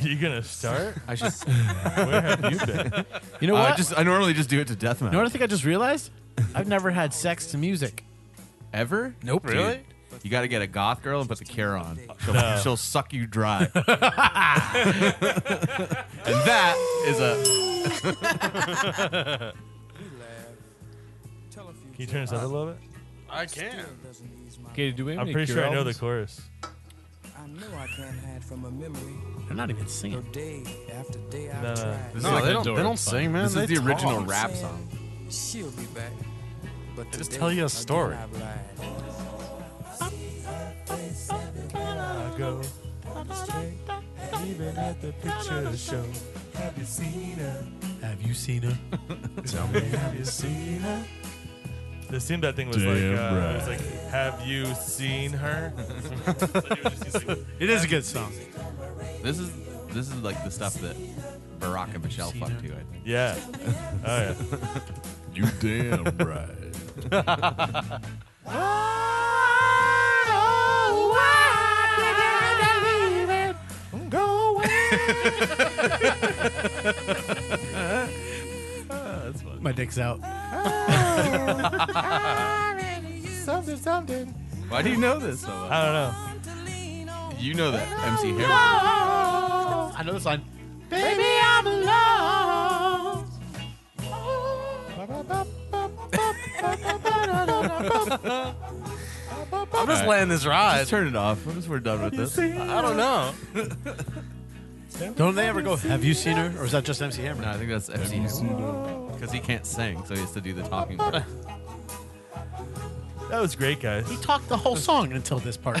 You gonna start?
I should.
Where have you been?
You know what?
I just I normally just do it to death metal.
you know what I think I just realized? I've never had sex to music.
Ever?
Nope.
Dude,
Really?
You got to get a goth girl and put the care on. She'll, she'll suck you dry. and that is a.
Can you turn this up a little bit?
I can.
Okay, do we have
I'm
any
pretty
Cure
sure I know the
albums?
chorus.
I know I can't hide from a memory.
They're not even
Though
singing.
day after day I've
No, no.
tried.
This
No,
is like
they
a
don't.
door,
They don't
it's
sing, man.
This
they
is the
talk.
original
Keep
rap
saying
song.
Oh. She'll be back. But
They just
today,
tell you a
again,
story.
I've lied.
I go astray, even at the picture show. Have you seen her?
Have you seen her?
Have you seen her? The Sinbad thing was like, uh, it was like, have you seen her?
It is a good song.
This is this is like the stuff that Barack and Michelle fucked to. I think.
yeah. Oh yeah.
You damn right.
My dick's out.
Why do you know this so much?
I don't know.
You know that MC Hammer.
Oh.
I know this line.
I'm just letting this ride.
Just turn it off once we're done with this. No,
I don't know.
Don't they ever go, Have you seen her? Or is that just MC Hammer?
I think that's MC Hammer because he can't sing, so he has to do the talking. part.
That was great, guys.
He talked the whole song until this part.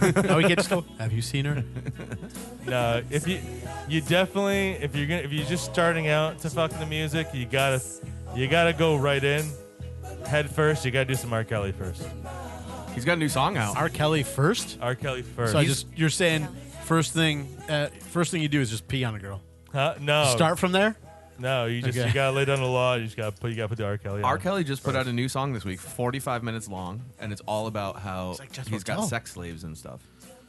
now we can just go, Have you seen her?
No, if you you definitely if you're gonna if you're just starting out to fuck the music, you gotta you gotta go right in. Head first, you gotta do some R. Kelly first.
He's got a new song out.
R. Kelly first?
R. Kelly first.
So I just you're saying first thing uh, first thing you do is just pee on a girl.
huh? no
Start from there?
No, you just
Okay.
you gotta lay down the law. You just gotta put you gotta put the R. Kelly. on.
R. Kelly just put out a new song this week, 45 minutes long, and it's all about how
like Jethro
he's got
Tull.
sex slaves and stuff.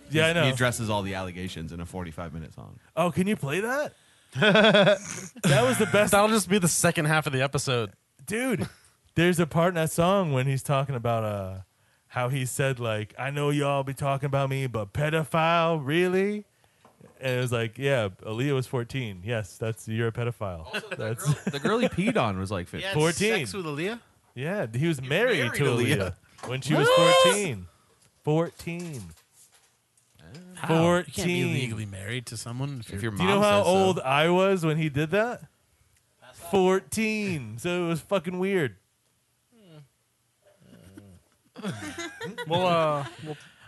Yeah, I
He's- He
know.
addresses all the allegations in a 45 minute song.
oh, can you play that? that was the best,
That'll just be the second half of the episode.
dude. There's a part in that song when he's talking about uh how he said like I know y'all be talking about me, but pedophile really. And it was like, yeah, Aaliyah was 14. Yes, that's you're a pedophile. that's
The girl he peed on was like 15.
14.
Sex with Aaliyah?
Yeah, he was married,
married
to Aaliyah,
Aaliyah.
when she was 14. 14.
How? You can't be
14.
legally married to someone if
If
you're
your
Do you
mom
know how
says so.
old I was when he did that? 14. So it was fucking weird.
Well, uh,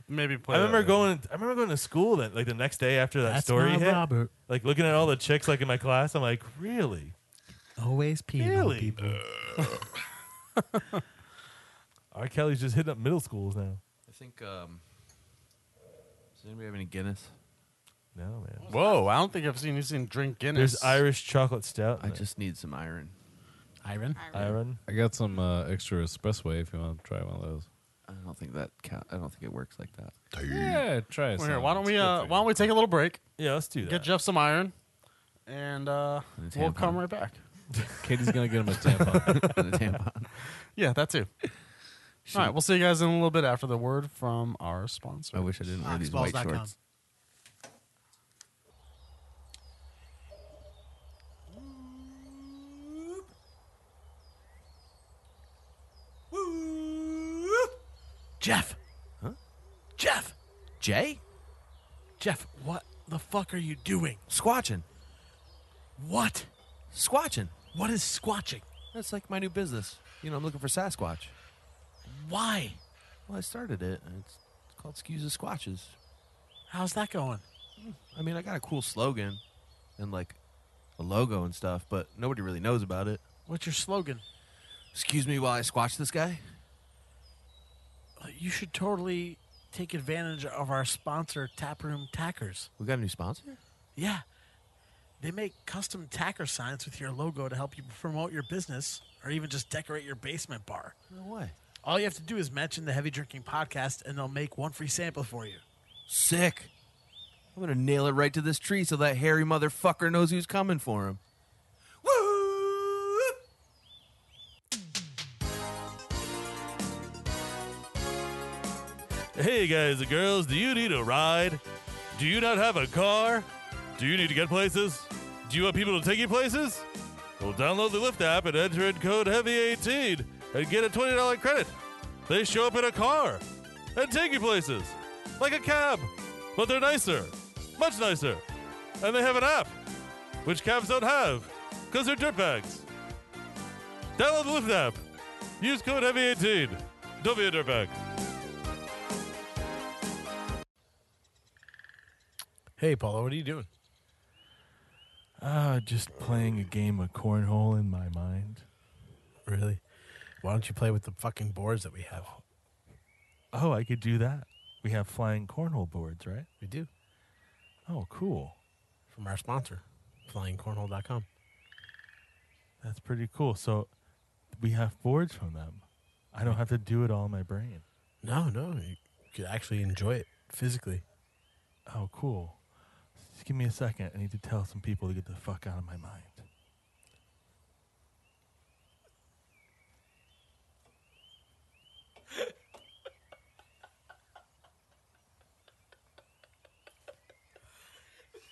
maybe play.
I remember
that
going. I remember going to school that like the next day after that story hit.
Robert.
Like looking at all the chicks like in my class, I'm like, really,
Always peeing on
really.
people.
R. Kelly's just hitting up middle schools now.
I think. Um, does anybody have any Guinness?
No man,
Whoa, I don't think I've seen you seen drink Guinness.
there's Irish chocolate stout. in
I
it.
just need some iron.
Iron.
Iron.
I got some uh, extra espressway if you want to try one of those.
I don't think that. Ca- I don't think it works like that.
Yeah, try
Well,
some.
here, why don't we?
It's good
Uh,
for you.
why don't we take a little break?
Yeah, let's do that.
Get Jeff some iron, and uh,
And a
we'll
tampon.
come right back.
Katie's gonna get him a tampon.
And a tampon.
Yeah, that too. All right, we'll see you guys in a little bit after the word from our sponsor.
I wish I didn't wear these white
Oxballs.com.
shorts.
Jeff. Jeff.
Jay,
Jeff, what the fuck are you doing?
squatching,
What?
squatching.
What is squatching?
That's like my new business. You know, I'm looking for Sasquatch.
Why?
Well, I started it. And it's, it's called Skews and Squatches.
How's that going?
I mean, I got a cool slogan and like a logo and stuff, but nobody really knows about it.
What's your slogan?
Excuse me while I squatch this guy.
Uh, You should totally take advantage of our sponsor, Taproom Tackers.
We got a new sponsor.
Yeah. They make custom tacker signs with your logo to help you promote your business or even just decorate your basement bar.
No way.
All you have to do is mention the Heavy Drinking Podcast and they'll make one free sample for you.
Sick. I'm gonna nail it right to this tree so that hairy motherfucker knows who's coming for him. Woo!
Hey guys and girls, do you need a ride? Do you not have a car? Do you need to get places? Do you want people to take you places? Well, download the Lyft app and enter in code HEAVY18 and get a $20 credit. They show up in a car and take you places, like a cab, but they're nicer, much nicer. And they have an app, which cabs don't have, because they're dirtbags. Download the Lyft app. Use code HEAVY18. Don't be a dirtbag.
Hey, Paula, what are you doing?
Uh, just playing a game of cornhole in my mind.
Really? Why don't you play with the fucking boards that we have?
Oh, I could do that. We have flying cornhole boards, right?
We do.
Oh, cool.
From our sponsor, flyingcornhole.com.
That's pretty cool. So we have boards from them. I don't have to do it all in my brain.
No, no, you could actually enjoy it physically.
Oh, cool. Just give me a second. I need to tell some people to get the fuck out of my mind.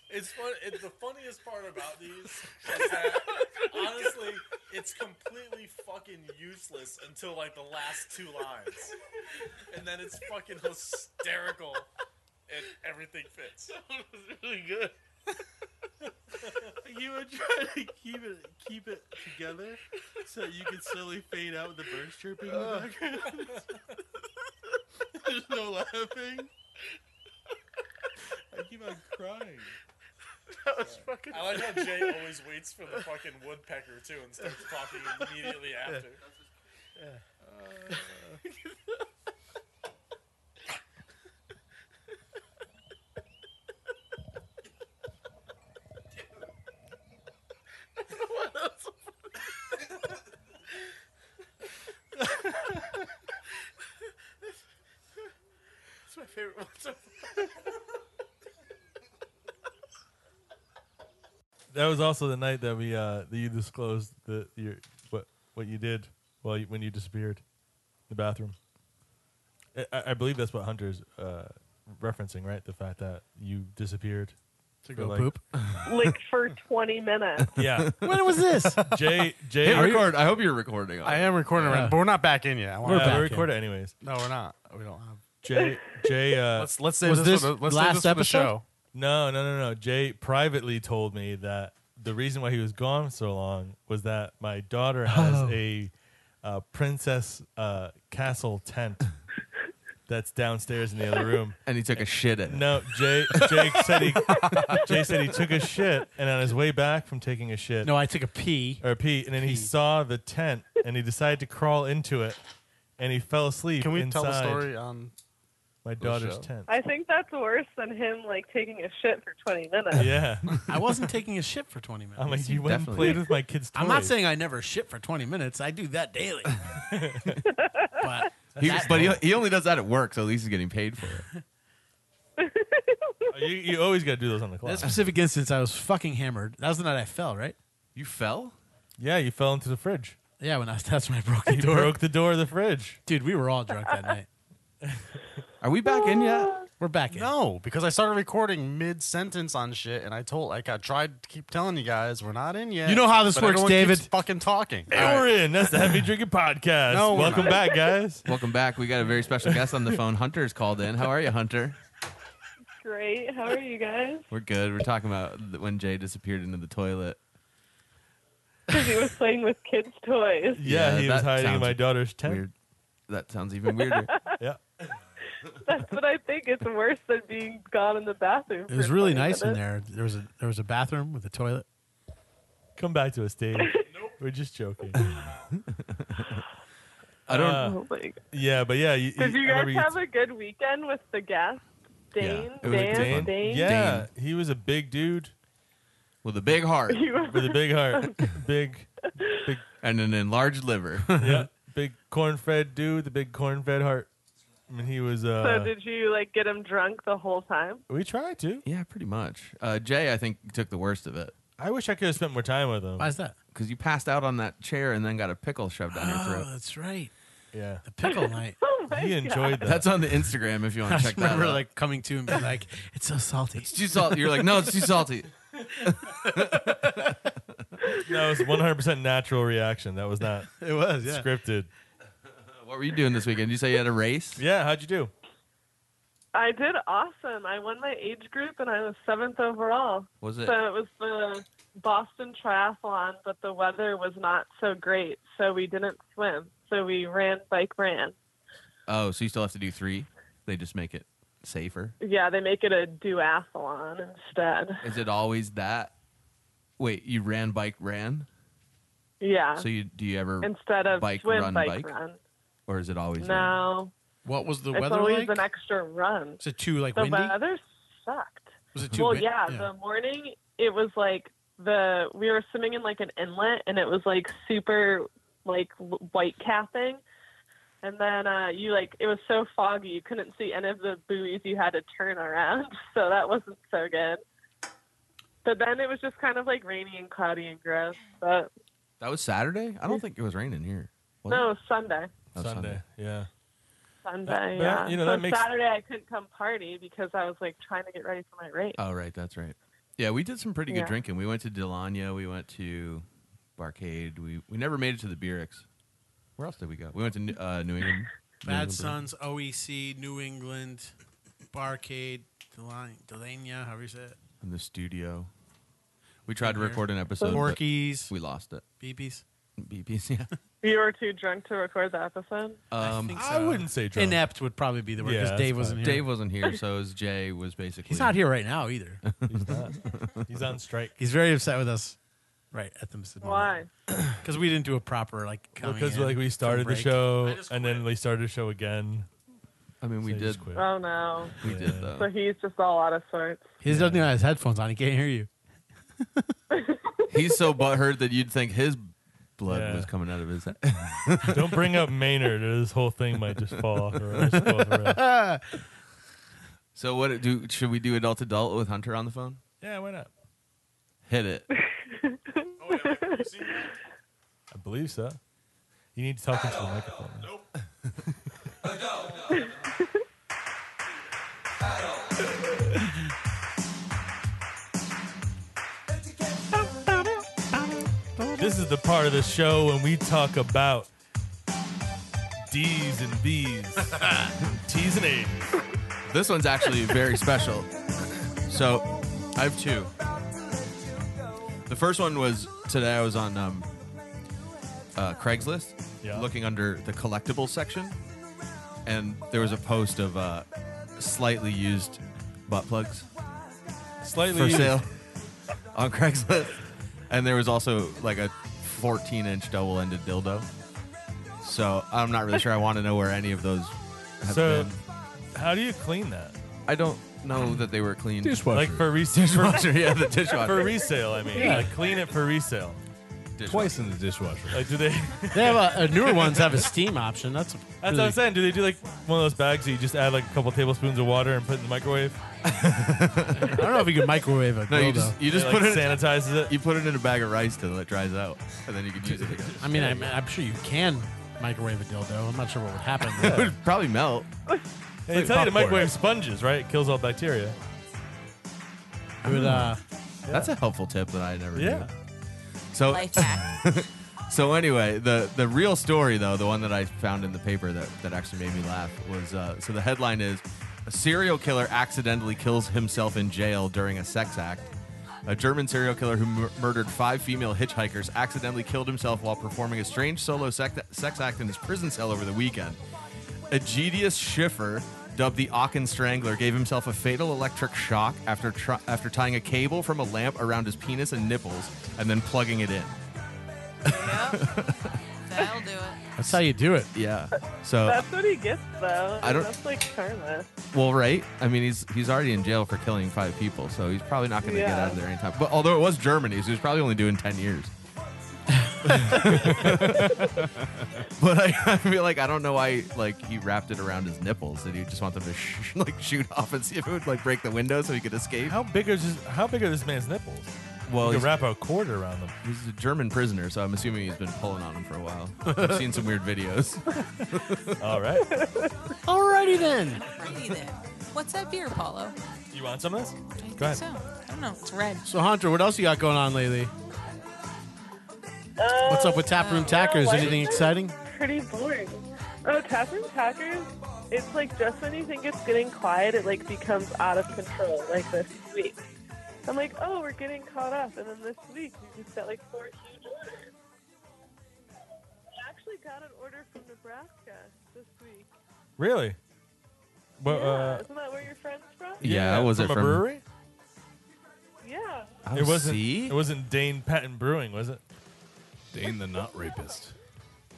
It's fun. It's the funniest part about these is that honestly, it's completely fucking useless until like the last two lines, and then it's fucking hysterical, and everything fits.
Really good. you were trying to keep it keep it together so you could slowly fade out with the birds chirping in the background. There's no laughing. I keep on crying.
I like how Jay always waits for the fucking woodpecker too and starts talking immediately after.
That was also the night that we uh that you disclosed the your what what you did while you, when you disappeared, the bathroom. I- I, I believe that's what Hunter's uh, referencing, right? The fact that you disappeared to
Go poop.
licked for 20 minutes.
Yeah,
when was this?
Jay. Jay,
Hey, record. I hope you're recording.
I am recording,
Yeah.
but we're not back in yet. I
we're,
wanna-
yeah,
back
we're
in.
recording anyways.
no, we're not. We don't have.
Jay, Jay. Uh,
Let's let's save
Was
this,
this
for the, let's
last
save this for
episode?
the show.
no, no, no, no. Jay privately told me that the reason why he was gone so long was that my daughter has a uh, princess uh, castle tent that's downstairs in the other room.
And he took a shit in it.
No, Jay. Jake said he. Jay said he took a shit, and on his way back from taking a shit,
No, I took a pee.
or a pee, and then he saw the tent, and he decided to crawl into it, and he fell asleep.
Can we
inside
tell the story on?
My daughter's
show?
tent.
I think that's worse than him like taking a shit for 20 minutes.
Yeah,
I wasn't taking a shit for 20 minutes.
I'm like, you went and
Definitely.
played with my kids' toys.
I'm not saying I never shit for 20 minutes. I do that daily. but
He- but he, he only does that at work, so at least he's getting paid for it.
you, you always got to do those on the clock.
that specific instance, I was fucking hammered. That was the night I fell, right?
You fell?
yeah, you fell into the fridge.
Yeah, when I was, that's when I broke the
You
door.
broke the door of the fridge.
Dude, we were all drunk that night.
Are we back in yet?
We're back in.
No, because I started recording mid sentence on shit, and I told like I tried to keep telling you guys we're not in yet.
You know how this
but
works,
everyone
David.
keeps fucking talking.
Hey, we're in. That's the Heavy Drinking Podcast.
No, we're
Welcome
not.
back, guys.
Welcome back. We got a very special guest on the phone. Hunter's called in. How are you, Hunter?
Great. How are you guys?
We're good. We're talking about th- when Jay disappeared into the toilet.
Because he was playing with kids' toys.
Yeah,
Yeah,
he was
that
hiding in
sounds
my daughter's tent.
Weird. That sounds even weirder.
Yeah.
That's what I think. It's worse than being gone in the bathroom.
It was really nice in there. There was a there was a bathroom with a toilet.
Come back to us, Dave. We're just joking.
I don't.
Uh,
Oh my God.
yeah, but yeah. You,
Did
I
you
remember
guys have a good weekend with the guest? Dane,
Yeah, it was
Dan,
Dane.
Dane,
Yeah, he was a big dude
with a big heart
You were-
with a big heart, big, big,
and an enlarged liver.
yeah, big corn-fed dude, the big corn-fed heart. I mean, he was. Uh,
so did you like get him drunk the whole time?
we tried to.
yeah, pretty much. Uh, Jay, I think, took the worst of it
I wish I could have spent more time with him.
Why is that?
because you passed out on that chair and then got a pickle shoved down your
Oh,
throat.
that's right.
Yeah,
The pickle night.
Oh my
he enjoyed that.
That's on the Instagram if you
I
want to
just
check that
remember
out.
like coming to and being like, "It's so salty."
it's too salty. You're like, no, it's too salty.
that was 100 percent natural reaction. That was not
It was, yeah.
scripted.
What were you doing this weekend? Did you say you had a race?
Yeah, how'd you do?
I did awesome. I won my age group and I was seventh overall.
Was
So
it?
it was the Boston Triathlon, but the weather was not so great, so we didn't swim. So we ran, bike, ran.
Oh, so you still have to do three? They just make it safer.
Yeah, they make it a duathlon instead.
Is it always that? Wait, you ran, bike, ran.
Yeah,
So you do you ever,
instead of
bike,
swim,
run,
bike,
bike?
run.
or is it always? ran?
No,
What was the
it's
weather
always
like?
an extra run.
was it too like
The
windy?
weather sucked.
Was it too?
Well,
win-
yeah, the morning it was like the we were swimming in like an inlet and it was like super like l- white capping. And then uh, you like it was so foggy you couldn't see any of the buoys you had to turn around, so that wasn't so good. But then it was just kind of like rainy and cloudy and gross. But
That was Saturday. I don't think it was raining here. Was
no,
it?
it was Sunday,
That was Sunday.
Yeah.
Sunday,
That-
yeah.
that- you know,
so
that makes-
Saturday I couldn't come party because I was like trying to get ready for my
Uh.
race.
Oh right, that's right. Yeah, we did some pretty good
Yeah.
drinking. We went to Delania. We went to Barcade. We we never made it to the Beerix. Where else did we go? We went to New- uh, New England. New
Mm-hmm.
England
Bad
Brew-
Sons, OEC, New England, Barcade, Delan- Delania, however you say it,
in the studio. We tried to
Here.
record an episode. but
Porkies,
We lost it.
BBs.
BPs. Yeah.
You were too drunk to record the episode.
Um,
think
I
so.
wouldn't say drunk.
Inept would probably be the word
Yeah,
because
that's
Dave wasn't here.
Dave wasn't here, so his Jay was basically.
he's not here right now either.
He's not. He's on strike.
He's very upset with us. Right at the
Oh.
moment.
Why?
Because we didn't do a proper like coming
Because
in,
like we started the
break.
show and then we started the show again.
I mean, we
So he
did.
just quit.
Oh no.
We
Yeah.
did
So
though.
he's just all out of sorts.
He doesn't even have his headphones on. He can't hear you.
He's so butthurt that you'd think his blood
Yeah.
was coming out of his head.
Don't bring up Maynard. or This whole thing might just fall off. Or just fall off the rails.
So what do should we do? Adult adult with Hunter on the phone.
yeah, why not?
Hit it.
I believe so. You need to talk into the microphone. Nope. This is the part of the show when we talk about D's and B's, T's and A's.
This one's actually very special. So I have two. The first one was today. I was on um, uh, Craigslist
Yeah.
looking under the collectibles section, and there was a post of uh, slightly used butt plugs
Slightly
for
used.
sale on Craigslist, and there was also like a 14-inch double-ended dildo. So I'm not really sure. I want to know where any of those have
So,
been.
how do you clean that?
I don't know that they were cleaned.
Dishwasher.
Like for resale?
Dishwasher, yeah, the dishwasher.
For resale, I mean.
Yeah.
Like clean it for resale.
Twice in the dishwasher.
Like, do they?
They have a, uh, newer ones have a steam option. That's
That's what
really-
I'm saying. Do they do like one of those bags that you just add like a couple tablespoons of water and put it in the microwave?
I don't know if you can microwave a
No, you
dildo.
just you just
It,
put
like,
it in,
sanitizes it.
you put it in a bag of rice till it dries out, and then you can use it again.
I mean, I'm, I'm sure you can microwave a dildo. I'm not sure what would happen.
It would probably melt.
They tell you to microwave sponges, right? It kills all bacteria.
It would, uh,
That's a helpful tip that I never
Mm. Yeah.
knew. So
Life hack.
So anyway, the the real story though, the one that I found in the paper that, that actually made me laugh was uh, so the headline is a serial killer accidentally kills himself in jail during a sex act. A German serial killer who mur- murdered five female hitchhikers accidentally killed himself while performing a strange solo sec- sex act in his prison cell over the weekend. Egidius Schiffer, dubbed the Aachen Strangler, gave himself a fatal electric shock after tr- after tying a cable from a lamp around his penis and nipples and then plugging it in.
That'll do it.
that's how you do it.
Yeah. So
That's what he gets, though.
I don't-
That's like karma.
Well, right. I mean, he's he's already in jail for killing five people, so he's probably not going to get
Yeah.
out of there anytime. But although it was Germany, so he was probably only doing ten years. but I, I feel like I don't know why like he wrapped it around his nipples. Did he just want them to sh- like shoot off and see if it would like break the window so he could escape?
How big is his, how big are this man's nipples?
Well,
you
he's,
can wrap a cord around them.
he's a German prisoner, so I'm assuming he's been pulling on him for a while. I've seen some weird videos.
All right.
Alrighty then.
Really then. What's that beer, Paulo?
You want some of this?
I think
Go ahead.
so. I don't know. It's red.
So Hunter, what else you got going on lately?
Uh,
What's up with Taproom Tackers?
why
Anything
is it-
exciting?
Pretty boring. Oh, Taproom Tackers. It's like just when you think it's getting quiet, it like becomes out of control. Like this week, I'm like, oh, we're getting caught up, and then this week we just got like four huge orders. I actually got an order from Nebraska this week.
Really? But,
yeah,
uh,
isn't that where your friend's from?
Yeah, was
from
it
a
from-
brewery?
Yeah.
Oh,
It wasn't.
See?
It wasn't Dane Patton Brewing, was it?
Dane the nut rapist.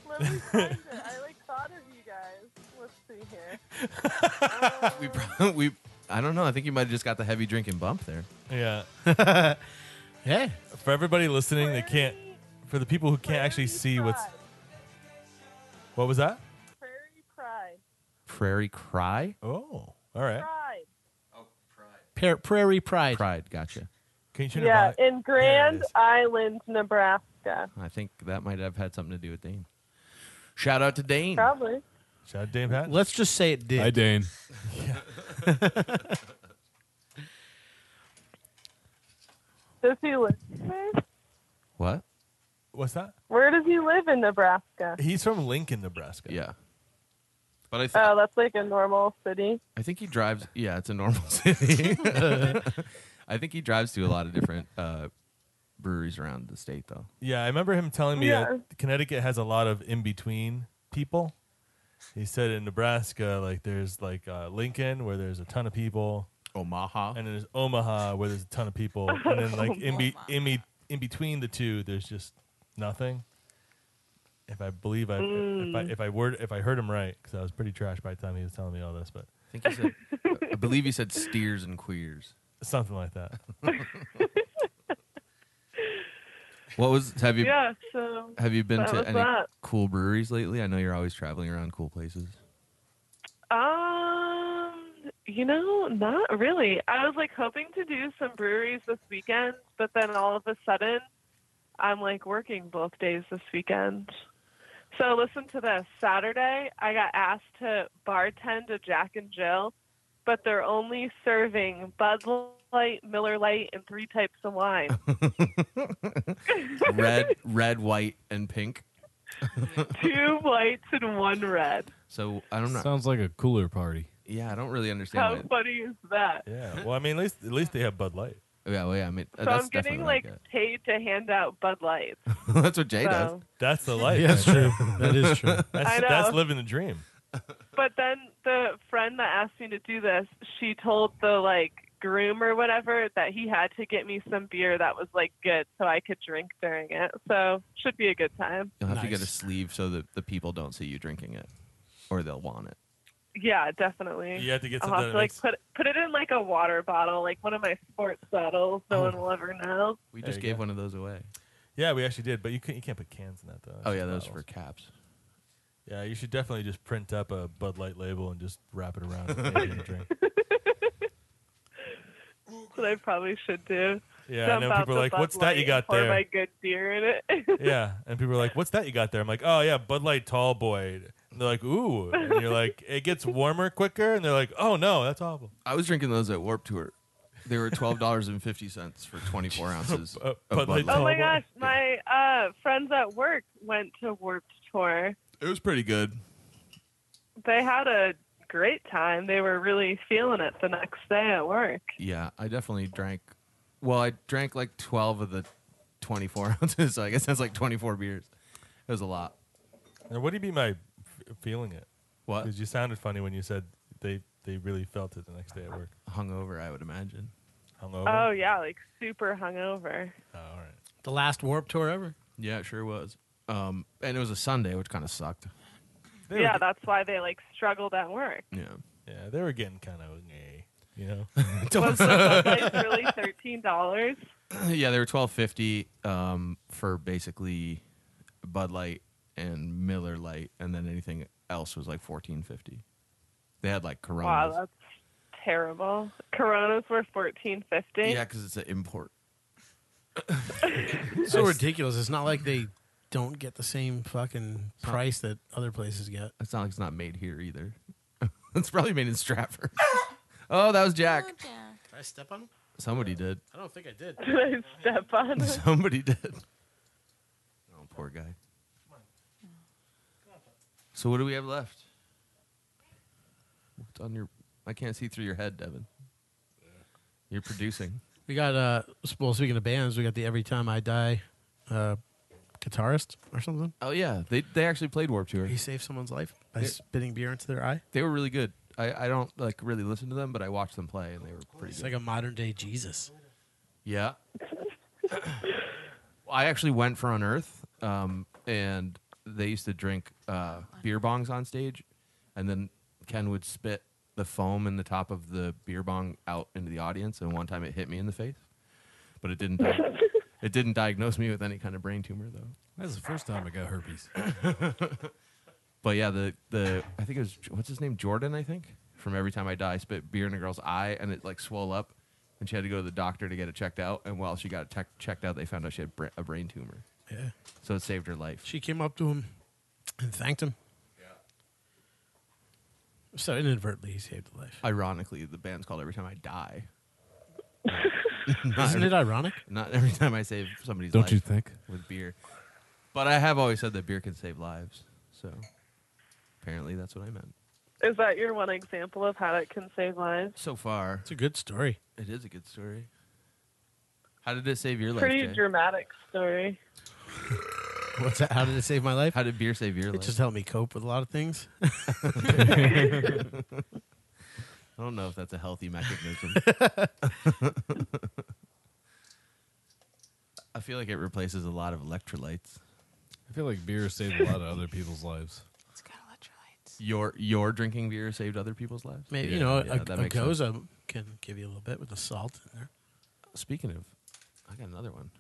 Let me find it. I like thought of you guys. Let's see here. Um,
we pro- we I don't know. I think you might have just got the heavy drinking bump there.
Yeah.
Hey,
For everybody listening, they can't. For the people who can't actually see what's. What was that?
Prairie Pride.
Prairie Cry.
Oh, all right.
Pride.
Pra- Prairie Pride.
Pride. Gotcha.
Can you turn
Yeah,
it back?
in
There
Grand
it is. Hmm.
Island, Nebraska.
I think that might have had something to do with Dane. Shout out to Dane.
Probably.
Shout out Dane Patton.
Let's just say it did.
Hi, Dane.
Does he live there?
What?
What's that?
Where does he live in Nebraska?
He's from Lincoln, Nebraska.
Yeah. But I, th-
Oh, that's like a normal city.
I think he drives. Yeah, it's a normal city. I think he drives to a lot of different uh, breweries around the state, though.
Yeah, I remember him telling me
Yeah.
that Connecticut has a lot of in between people. He said in Nebraska, like there's like uh, Lincoln where there's a ton of people,
Omaha.
and then there's Omaha where there's a ton of people, and then like in, be- in, be- in between the two, there's just nothing. If I believe I, if
Mm.
I if I word if I heard him right, because I was pretty trash by the time he was telling me all this, but
I think he said. I believe he said steers and queers.
something like that.
What was have you
Yeah, so
have you been
That
to
was
any
that.
cool breweries lately? I know you're always traveling around cool places.
um you know, not really. I was like hoping to do some breweries this weekend, but then all of a sudden I'm like working both days this weekend. So listen to this. Saturday I got asked to bartend a Jack and Jill, but they're only serving Bud Light, Miller Light, and three types of wine.
Red, red, white, and pink.
Two whites and one red.
So I don't know.
Sounds like a cooler party.
yeah, I don't really understand.
How
why-
funny is that?
Yeah. Well, I mean, at least at least they have Bud Light.
Yeah, well, yeah. I mean, uh,
So
that's
I'm getting
definitely what I
like paid to hand out Bud Lights.
get. that's what Jay does.
So
That's the life.
Yeah, that's
right
true.
there.
that is true.
That's,
I know.
that's living the dream.
but then the friend that asked me to do this, she told the like groom or whatever that he had to get me some beer that was like good so I could drink during it. So should be a good time.
You'll have to get a sleeve so that the people don't see you drinking it, or they'll want it.
Yeah, definitely.
You have to get
I'll
something
have
that
to like
makes-
put put it in like a water bottle, like one of my sports bottles. No one will ever know.
We
There
just
you
gave
go.
one of those away.
Yeah, we actually did, but you can't you can't put cans in that though.
Oh yeah, those
That's
for caps.
Yeah, you should definitely just print up a Bud Light label and just wrap it around with maybe and drink.
That's what I probably should do.
Yeah, I
Dump
know
out
people are
the
like,
Bud
"What's that you
Light
got
and pour
there?"
My good beer in it.
Yeah, and people are like, "What's that you got there?" I'm like, "Oh yeah, Bud Light Tall Boy." And they're like, "Ooh," and you're like, "It gets warmer quicker," and they're like, "Oh no, that's awful."
I was drinking those at Warp Tour. They were twelve dollars and fifty cents for twenty four ounces.
Uh,
of
Bud Light
oh
Tall
my
Boy.
gosh, my uh, friends at work went to Warped Tour.
It was pretty good.
They had a great time. They were really feeling it the next day at work.
Yeah, I definitely drank. Well, I drank like twelve of the twenty four ounces. So I guess that's like twenty four beers. It was a lot.
Now, what do you mean by f- feeling it?
What
Because you sounded funny when you said they they really felt it the next day at work.
hungover? I would imagine.
Hungover.
Oh yeah, like super hungover.
Oh, all right.
The last warp tour ever.
Yeah, it sure was. Um, and it was a Sunday, which kind of sucked.
They
yeah,
were,
that's why they like struggled at work.
Yeah.
get- yeah, they were getting kind of gay, you know.
Was the price really thirteen dollars?
yeah, they were twelve fifty um, for basically Bud Light and Miller Light, and then anything else was like fourteen fifty. They had like Corona.
Wow, that's terrible. Coronas were fourteen fifty.
yeah, because it's an import.
So ridiculous. It's not like they don't get the same fucking price that other places get.
It's not like it's not made here either. it's probably made in Stratford. oh, that was Jack.
Did I step on him?
Somebody did.
I don't think I did.
Did I step on? it?
Somebody did. Oh, poor guy. So what do we have left? What's on your? I can't see through your head, Devin. You're producing.
We got uh well speaking of bands, we got the Every Time I Die uh guitarist or something.
Oh yeah, they they actually played Warp Tour.
He saved someone's life by
Yeah.
spitting beer into their eye.
They were really good. I, I don't like really listen to them, but I watched them play and they were pretty
It's like
good.
a modern day Jesus.
Yeah. I actually went for Unearth, um, and they used to drink uh, beer bongs on stage, and then Ken would spit the foam in the top of the beer bong out into the audience. And one time it hit me in the face, but it didn't. Di- it didn't diagnose me with any kind of brain tumor though.
That's the first time I got herpes.
But yeah, the the I think it was what's his name Jordan I think from Every Time I Die spit beer in a girl's eye and it like swelled up, and she had to go to the doctor to get it checked out. And while she got it tech- checked out, they found out she had bra- a brain tumor,
Yeah.
so it saved her life.
She came up to him and thanked him. Yeah. So inadvertently he saved a life.
Ironically, the band's called Every Time I Die.
Isn't it ironic?
Not every time I save somebody's
Don't
life
you think?
with beer. But I have always said that beer can save lives. So apparently that's what I meant.
Is that your one example of how it can save lives?
So far,
It's a good story.
it is a good story. How did it save your
Pretty
life? Jay?
dramatic story.
What's that? How did it save my life?
How did beer save your
It
life?
just helped me cope with a lot of things.
I don't know if that's a healthy mechanism. I feel like it replaces a lot of electrolytes.
I feel like beer saved a lot of other people's lives.
It's got electrolytes.
Your your drinking beer saved other people's lives.
Maybe you
Yeah,
know
yeah,
a,
that
a
makes sense.
goza can give you a little bit with the salt in there.
Speaking of, I got another one.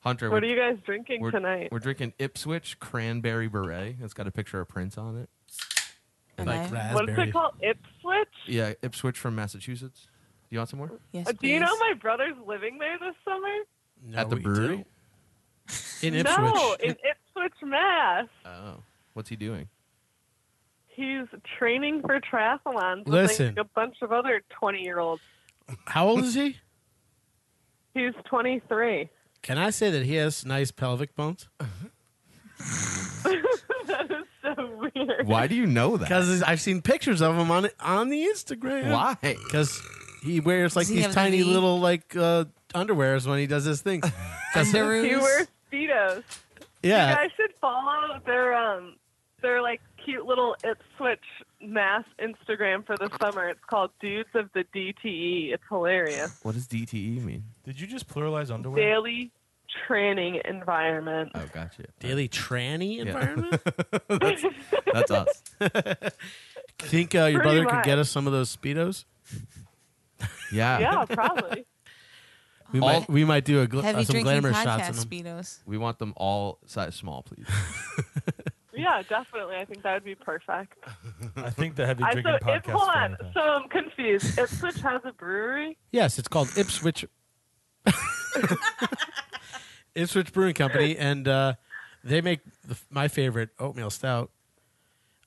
Hunter,
What
we're-
are you guys drinking
we're,
tonight?
We're drinking Ipswich Cranberry Beret. It's got a picture of Prince on it.
Am I?
Like
What's
raspberry.
it called? Ipswich?
Yeah, Ipswich from Massachusetts. Do you want some more?
Yes,
Uh, Do you
please.
know my brother's living there this summer?
No,
At the
we
brewery?
don't. In Ipswich.
No, in Ipswich, Mass.
Oh, what's he doing?
He's training for triathlons
Listen.
with like, a bunch of other 20 year olds.
How old is he?
He's 23.
Can I say that he has nice pelvic bones?
that is so weird.
Why do you know that?
Because I've seen pictures of him on on the Instagram.
Why?
Because he wears like
Does he
these
have the
tiny
V?
little like uh, underwears when he does his things. 'Cause-
He wears Speedos. You
yeah,
guys should follow their, um, their like cute little Ipswich mass Instagram for the summer. It's called Dudes of the DTE. It's hilarious.
What does DTE mean?
Did you just pluralize underwear?
Daily training environment.
Oh, gotcha.
Daily tranny environment.
that's, that's us.
Think uh, your
Pretty
brother could
much.
get us some of those speedos? Uh,
Yeah.
Yeah, probably.
We
All-
might we might do a gl-
Heavy
uh, some
drinking
glamour
podcast
shots in them.
speedos.
We want them all size small, please.
Yeah, definitely. I think that would be perfect.
I think the heavy
I,
drinking
so, if,
podcast.
hold on.
fan-
So I'm confused. Ipswich has a brewery.
Yes, it's called Ipswich. Ipswich Brewing Company, and uh, they make the, my favorite oatmeal stout.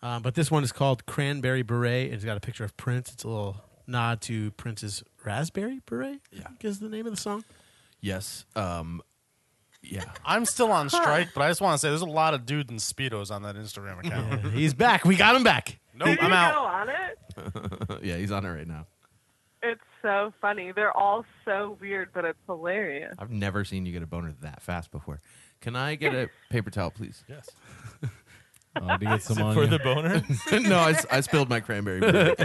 Um, but this one is called Cranberry Beret. It's got a picture of Prince. It's a little nod to Prince's Raspberry Beret. Yeah, is the name of the song.
yes. Um, yeah.
I'm still on strike, but I just want to say there's a lot of dudes in speedos on that Instagram account.
He's back. We got him back.
no,
Did you
Oh, I'm
go
out.
on it?
yeah, he's on it right now.
It's so funny. They're all so weird, but it's hilarious.
I've never seen you get a boner that fast before. Can I get a paper towel, please?
Yes.
Uh, to get some on
For
you.
the boner?
no, I, s- I spilled my cranberry. beer.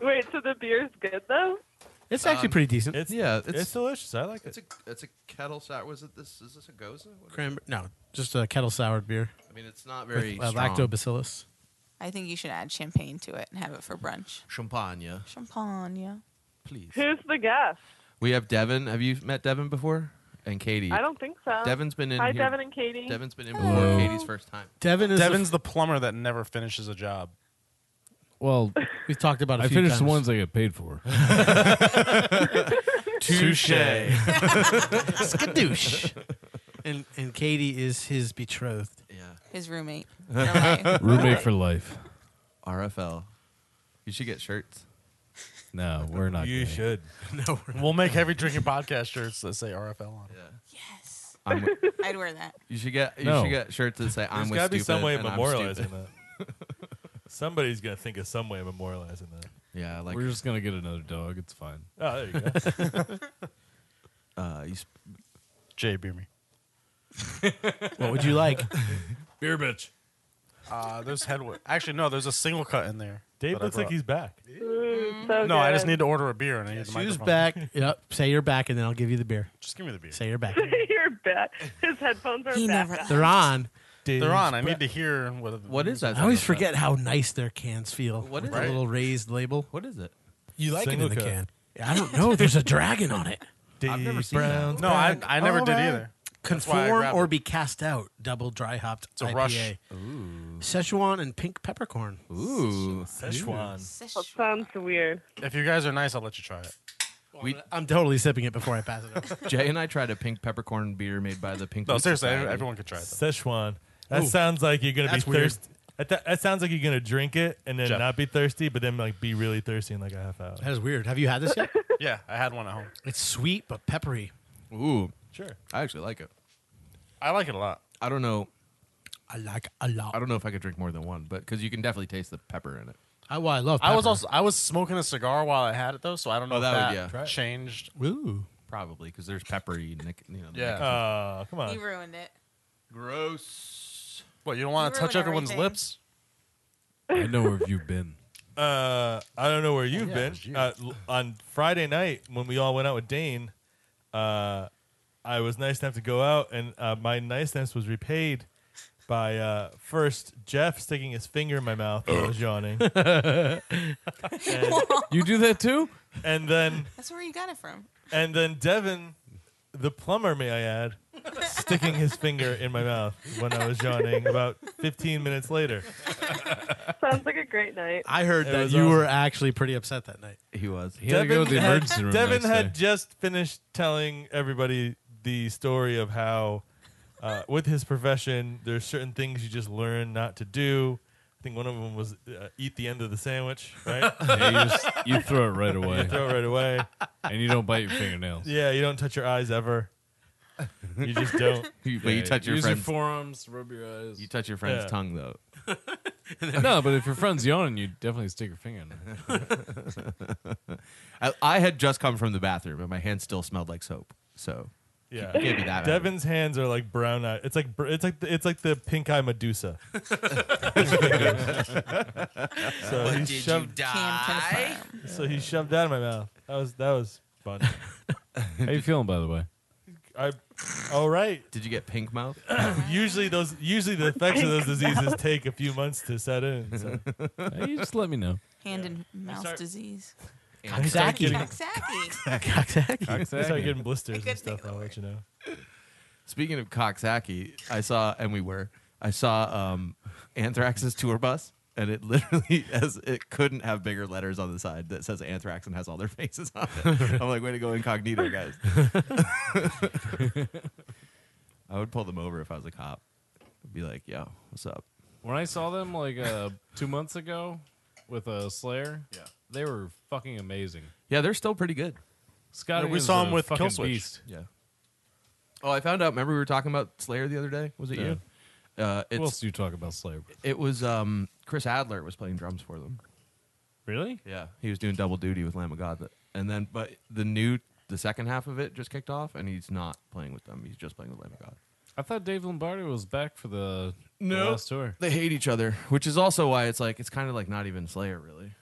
Wait, so the beer's good though?
It's actually
Um,
pretty decent.
It's,
Yeah,
it's,
it's-
delicious. I like it.
It's a it's a kettle sour. Was it this? Is this a goza? What-
Cranberry? No, just a kettle soured beer
I mean, it's not very
with uh,
strong.
lactobacillus.
I think you should add champagne to it and have it for brunch.
Champagne,
Champagne.
please.
Who's the guest?
We have Devin. Have you met Devin before? And Katie.
I don't think so.
Devin's been in.
Hi,
here.
Devin and Katie.
Devin's been in before.
Hello.
Katie's first time.
Devin is. the-
Devin's the plumber that never finishes a job.
Well,
we've talked about. I
I finished the ones I get paid for.
Touche.
Skadoosh. and and Katie is his betrothed.
Yeah.
His roommate. No way.
Roommate for life.
RFL. You should get shirts.
No, we're not.
you
gay.
should.
We'll make heavy drinking podcast shirts that say RFL on it.
Yeah.
yes.
I'm,
I'd wear that.
you should get you
No.
should get shirts that say I'm
There's
with
got to be
stupid
some way of
and I'm
memorializing
stupid."
that. Somebody's going to think of some way of memorializing that.
Yeah, like
we're just gonna get another dog. It's fine.
Oh, there you go.
uh, you, sp-
Jay Beamer.
What would you like?
Beer bitch.
Uh, there's headway. Actually, no, there's a single cut in there.
Dave
that I
looks like
brought.
he's back.
Mm-hmm.
Mm, so
No, I
good.
just need to order a beer and I need the
Shoes
microphone.
back. Yep. Say you're back, and then I'll give you the beer.
Just give me the beer.
Say you're back.
You're back. His headphones are
He
back.
never-
They're on.
They're on. I need to hear what.
what is that?
I always
sound
forget how nice their cans feel.
What
with
is
the
it?
little raised label?
What is it?
You like
it in Single the cup. can.
I don't know. There's a dragon on it.
Dave
I've never seen that.
Brown.
No, I, I never
Oh,
All
did
right.
either. That's why I
Conform
grabbed
or
it.
be cast out. Double dry hopped
It's a
IPA.
rush.
Szechuan and pink peppercorn.
Ooh,
Szechuan.
That sounds weird.
If you guys are nice, I'll let you try it.
We-
I'm totally sipping it before I pass it up.
Jay and I tried a pink peppercorn beer made by the Pink.
No,
Boots
seriously,
Society.
everyone could try it. Though.
Szechuan. That
Ooh.
sounds like you're gonna be
That's weird.
thirsty. That, that- that sounds like you're gonna drink it and then
Jeff.
not be thirsty, but then like be really thirsty in like a half hour.
that is weird. Have you had this yet?
Yeah, I had one at home.
it's sweet but peppery.
Ooh,
Sure.
I actually like it.
I like it a lot.
I don't know.
I like it a lot.
I don't know if I could drink more than one, but because you can definitely taste the pepper in it.
I, well, I love.
I was
pepper.
also I was smoking a cigar while I had it though, so I don't know
Oh,
if
that
that,
would- yeah. Try it.
changed.
Ooh.
Probably because there's peppery. nic- You know, the
Yeah.
nic-
Oh, come on.
He ruined it.
Gross.
What you don't
You
want to touch
ruined
everyone's
everything.
lips?
I know where you've been.
Uh, I don't know where you've
Oh, yeah,
been.
it was you.
Uh, l- on Friday night when we all went out with Dane, uh, I was nice enough to go out, and uh, my niceness was repaid by uh, first Jeff sticking his finger in my mouth while I was yawning,
You do that too?
and then
That's where you got it from.
and then Devin, the plumber, may I add, sticking his finger in my mouth when I was yawning about 15 minutes later.
Sounds like a great night.
I heard
It
that
was
you were
awesome.
actually pretty upset that night.
He was.
He had to go to the
had-
emergency room.
Devin
the next
had
day.
just finished telling everybody the story of how, uh, with his profession, there's certain things you just learn not to do. I think one of them was uh, eat the end of the sandwich, right?
Yeah, you, just, you throw it right away,
Throw it right away.
and you don't bite your fingernails.
Yeah, you don't touch your eyes ever. You just don't.
You- but you
Yeah,
touch your
use
friend's.
your forearms, rub your eyes.
you touch your friend's
Yeah.
tongue though.
no, but if your friend's yawning, you definitely stick your finger in. it.
I, I had just come from the bathroom and my hand still smelled like soap. So
Yeah,
You can't be that mad.
Devin's hands are like brown eye. It's like br- it's like the, it's like the pink eye Medusa. so
What
he
did you
shoved,
die?
So he shoved that in my mouth. That was that was fun.
How you feeling, by the way?
I, all right.
Did you get pink mouth?
usually those usually the effects of those diseases take a few months to set in. So.
Hey, you just let me know.
Hand and mouth disease.
I start getting-
Coxsackie.
I start getting blisters
couldn't
and stuff. I'll let you know.
Speaking of Coxsackie, I saw, and we were, I saw um, Anthrax's tour bus, and it literally as it couldn't have bigger letters on the side that says Anthrax and has all their faces on it. I'm like, way to go incognito, guys. I would pull them over if I was a cop. I'd be like, yo, what's up?
When I saw them like uh, two months ago with a uh, Slayer, yeah, they were fucking amazing.
Yeah, they're still pretty good.
Scott,
Yeah, we
Ian's
saw
a
'em with
fucking
Killswitch.
Beast.
Yeah. Oh, I found out. Remember we were talking about Slayer the other day? Was it
Yeah.
you? Uh, it's,
Who else do you talk about Slayer? with?
It was um, Chris Adler was playing drums for them.
Really?
Yeah, he was doing double duty with Lamb of God, but- and then but the new the second half of it just kicked off, and he's not playing with them. He's just playing with Lamb of God.
I thought Dave Lombardo was back for the, the
No.
last tour.
They hate each other, which is also why it's like it's kind of like not even Slayer really.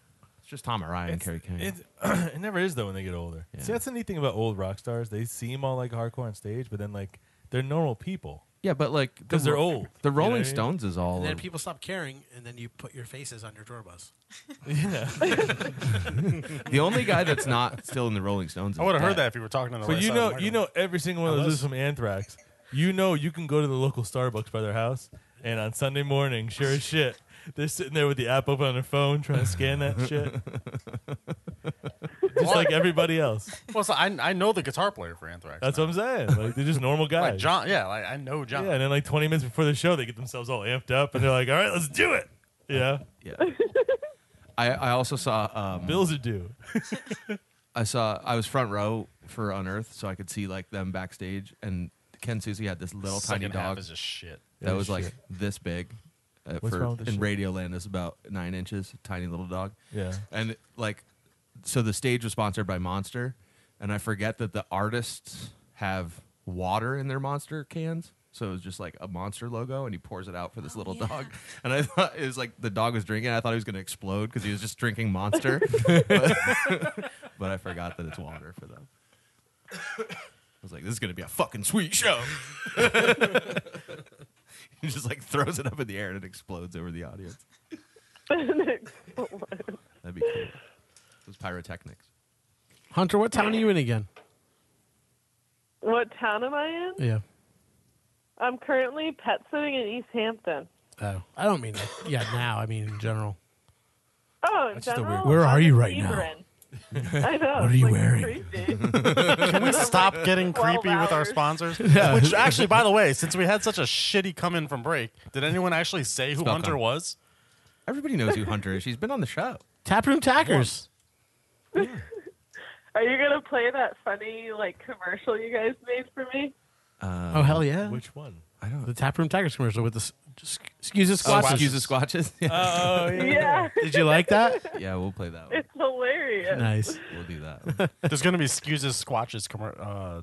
It's just Tom Araya and Kerry King.
It, it never is though when they get older. See, that's the neat thing about old rock stars. They seem all like hardcore on stage, but then like they're normal people.
Yeah, but like the
'Cause they're
Ro-
old,
The
you know what
Rolling
I mean?
Stones is all.
And then
of-
people stop caring, and then you put your faces on your tour bus.
Yeah.
the only guy that's not still in the Rolling Stones. Is
I would've heard
dead.
that if you were talking to the
But
right
you
side
know,
of the
you know every single one of those is from Anthrax. You know, you can go to the local Starbucks by their house, and on Sunday morning, sure as shit, they're sitting there with the app open on their phone trying to scan that shit, just like everybody else.
Well, so I, I know the guitar player for Anthrax.
That's what I'm saying. Like they're just normal guys.
Like John, yeah, like I know John.
Yeah, and then like 20 minutes before the show, they get themselves all amped up, and they're like, "All right, let's do it." Yeah,
yeah. I, I also saw um,
bills are due.
I saw I was front row for Unearth, so I could see like them backstage, and Ken Susie had this little
Second
tiny dog.
half is just shit.
That
Yeah,
was like
Oh, shit.
this big. Uh,
What's
for,
wrong with this
in
shit?
radio land is about nine inches, tiny little dog.
Yeah.
and like, so the stage was sponsored by Monster, and I forget that the artists have water in their Monster cans. So it was just like a monster logo, and he pours it out for this little dog. And I thought it was like the dog was drinking. I thought he was going to explode because he was just drinking monster. but, but I forgot that it's water for them. I was like, this is going to be a fucking sweet show. he just like throws it up in the air and it explodes over the audience. That'd be cool. Those pyrotechnics.
Hunter, what town are you in again?
What town am I in?
Yeah.
I'm currently pet sitting in East Hampton.
Oh, I don't mean that. Yeah, now I mean in general.
Oh, in
That's just a
general,
weird- Where
I'm
are you
in
right now?
Hebron. I
What
know.
are
it's,
you
like,
wearing?
creepy.
Can we stop getting
Twelve
creepy with our
hours.
sponsors?
Yeah.
Which actually, by the way, since we had such a shitty come in from break, did anyone actually say who
Spell
Hunter
come.
was?
Everybody knows who Hunter is. She's been on the show.
Taproom Tackers.
Are you gonna play that funny like commercial you guys made for me?
Uh,
oh hell yeah!
Which one?
I don't.
The Taproom Tackers commercial with the s- just, excuse us,
Oh,
squatches.
excuse the squatches.
Oh yeah.
Yeah,
Did you like that?
yeah, we'll play that one.
it's hilarious.
nice.
We'll do that. one.
There's going to be Scuses Squatches commer- uh,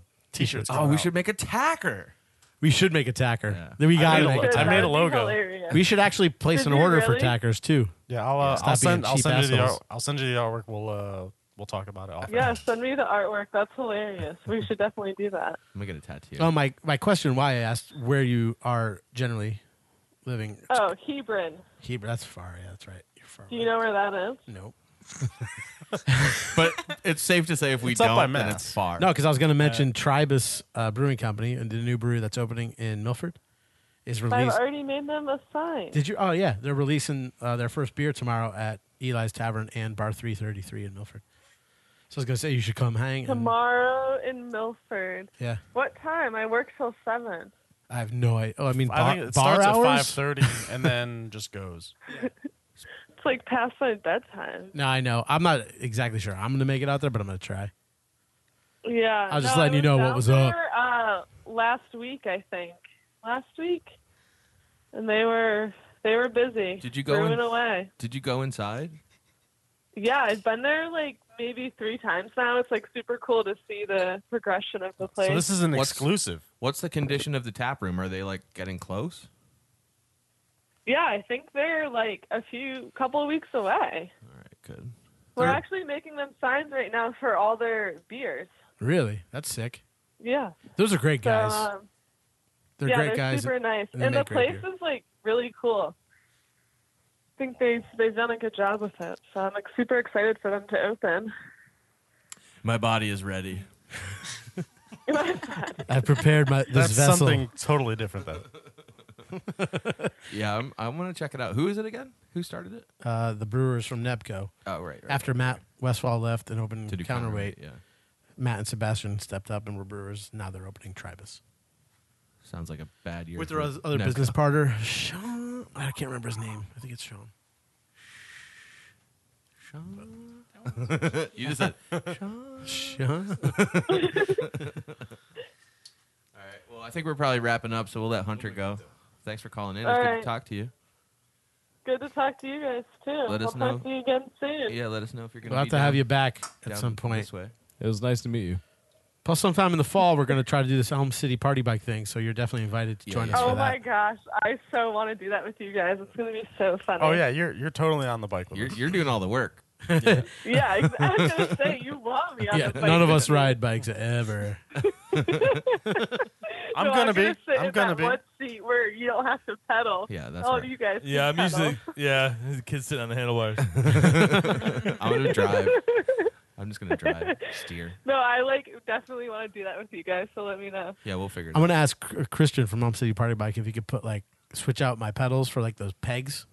t-shirts.
oh,
coming
we
out.
should make a tacker.
We should make a tacker.
Yeah.
Then we
I
gotta
made a
make a
lo- I
tacker.
made a
That'd be
logo.
hilarious.
we should actually place
Did
an
you
order for
really?
tackers too.
Yeah, I'll, uh,
Stop
I'll
being
send. I'll
cheap
send you the.
assholes.
art- I'll send you the artwork. We'll uh, we'll talk about it. Off air.
Yeah, send me the artwork. That's hilarious. We should definitely do that.
I'm gonna get a tattoo.
Oh my! My question: Why I asked where you are generally living?
Oh, Hebron.
Hebrew. That's far. Yeah, that's right. You're far.
Do you know where that is?
Nope.
but it's safe to say if we
It's up by
don't, then
Mass.
it's far.
No, because I was
Uh,
going to mention Tribus uh, Brewing Company and the new brewery that's opening in Milford is
I've
released.
already made them a sign.
Did you? Oh yeah, they're releasing uh, their first beer tomorrow at Eli's Tavern and Bar Three Thirty Three in Milford. So I was going to say you should come hang. and-
Tomorrow in Milford.
yeah,
What time? I work till seven.
I have no idea. Oh, I mean,
I
bar,
think it
bar
starts at five
hours.
thirty and then just goes.
It's like past my bedtime.
no, I know. I'm not exactly sure. I'm going to make it out there, but I'm going to try.
Yeah.
I was just
no,
letting you know what
down
was up.
there, Uh, last week, I think. Last week, and they were they were busy.
Did you go
brewing
in-
away?
Did you go inside?
Yeah, I've been there like maybe three times now. It's like super cool to see the progression of the place.
So this
is an exclusive.
What's the condition of the tap room? Are they like getting close?
Yeah, I think they're like a few couple of weeks away.
All right, good.
We're
They're-
actually making them signs right now for all their beers.
Really? That's sick.
Yeah.
Those are great
So,
guys.
um,
they're
yeah,
great
they're
guys.
Super nice.
they
And, the
make great
place
beer.
is like really cool. I think they've they've done a good job with it. So I'm like super excited for them to open.
My body is ready.
I've prepared my this
That's
vessel.
something totally different, though.
Yeah, I'm, I want to check it out. Who is it again? Who started it?
Uh, the brewers from Nepco.
Oh, right, right,
After Matt Westfall left and opened
To do
counterweight,
Counterweight, yeah.
Matt and Sebastian stepped up and were brewers. Now they're opening Tribus.
Sounds like a bad year.
With
for
their oth- other
Nepco.
business partner, Sean. I can't remember his name. I think it's Sean.
you just said
Sean.
All right. Well, I think we're probably wrapping up, so we'll let Hunter go. Thanks for calling in. It's
All
good
right.
to talk to you.
Good to talk to you guys too.
Let
I'll
us
talk
know.
to you again soon.
Yeah, let us know if you're going
We'll have
be
to have
down-
you back at
down
some point.
This way.
It was nice to meet you.
Plus, sometime in the fall, we're going to try to do this Elm City party bike thing. So you're definitely invited to
Yeah,
join
yeah.
us for
Oh
that.
my gosh, I so want to do that with you guys. It's gonna be so funny.
Oh yeah, you're you're totally on the bike with
You're,
us.
you're doing all the work.
Yeah, I I was gonna say you want me on
yeah,
the bike.
none of us ride bikes ever.
I'm
So
gonna be.
gonna sit
I'm gonna
in that
be.
One seat where you don't have to pedal.
Yeah, that's
Oh,
right.
you guys.
Yeah, I'm
can pedal.
usually yeah. The kids sitting on the handlebars.
I'm going to drive. I'm just going to drive, steer.
No, I like definitely want to do that with you guys. So let me know.
Yeah, we'll figure it
I'm
out.
going to ask Cr- Christian from Elm City Party Bike if he could put like switch out my pedals for like those pegs,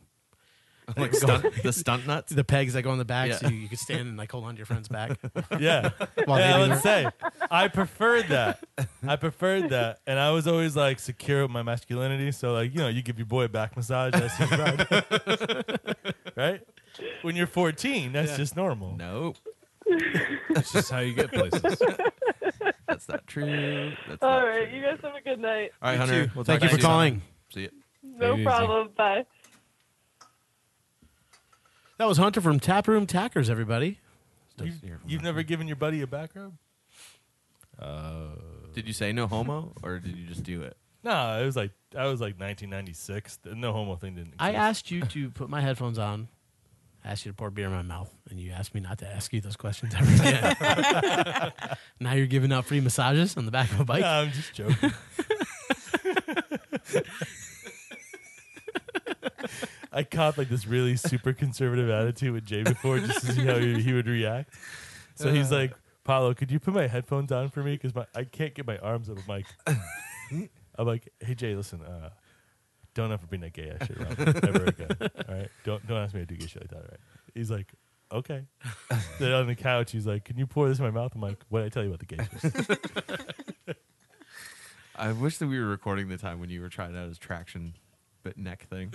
like stunt, the stunt nuts.
the pegs that go on the back,
Yeah.
so you, you could stand and like hold on to your friend's back.
Yeah.
While
yeah,
they do
let's say I preferred that. I preferred that, and I was always like secure with my masculinity. So like you know, you give your boy a back massage, that's his ride, right? When you're 14, that's just normal.
Nope.
It's just how you get places.
That's not true. That's
All
not
right,
true.
you guys have a good night.
All right, Hunter. We'll
Thank you
talk
for
to
calling.
See you.
No
Take it easy.
problem. Bye.
That was Hunter from Taproom Tackers. Everybody,
You, have never given your buddy a back rub?
Did you say no homo or did you just do it?
No, it was like I was like 1996. The no homo thing didn't. Exist.
I asked you to put my headphones on. I asked you to pour beer in my mouth, and you asked me not to ask you those questions ever again. now you're giving out free massages on the back of a bike.
No, I'm just joking. I caught like this really super conservative attitude with Jay before, just to see how he, he would react. So he's like, "Paolo, could you put my headphones on for me? Because my I can't get my arms up." I'm like, "I'm like, hey Jay, listen, uh, don't ever bring that gay ass shit around me ever again. All right, don't don't ask me to do gay shit like that. All right?" He's like, "Okay." then on the couch, he's like, "Can you pour this in my mouth?" I'm like, "What did I tell you about the gay shit?"
I wish that we were recording the time when you were trying out his traction bit neck thing.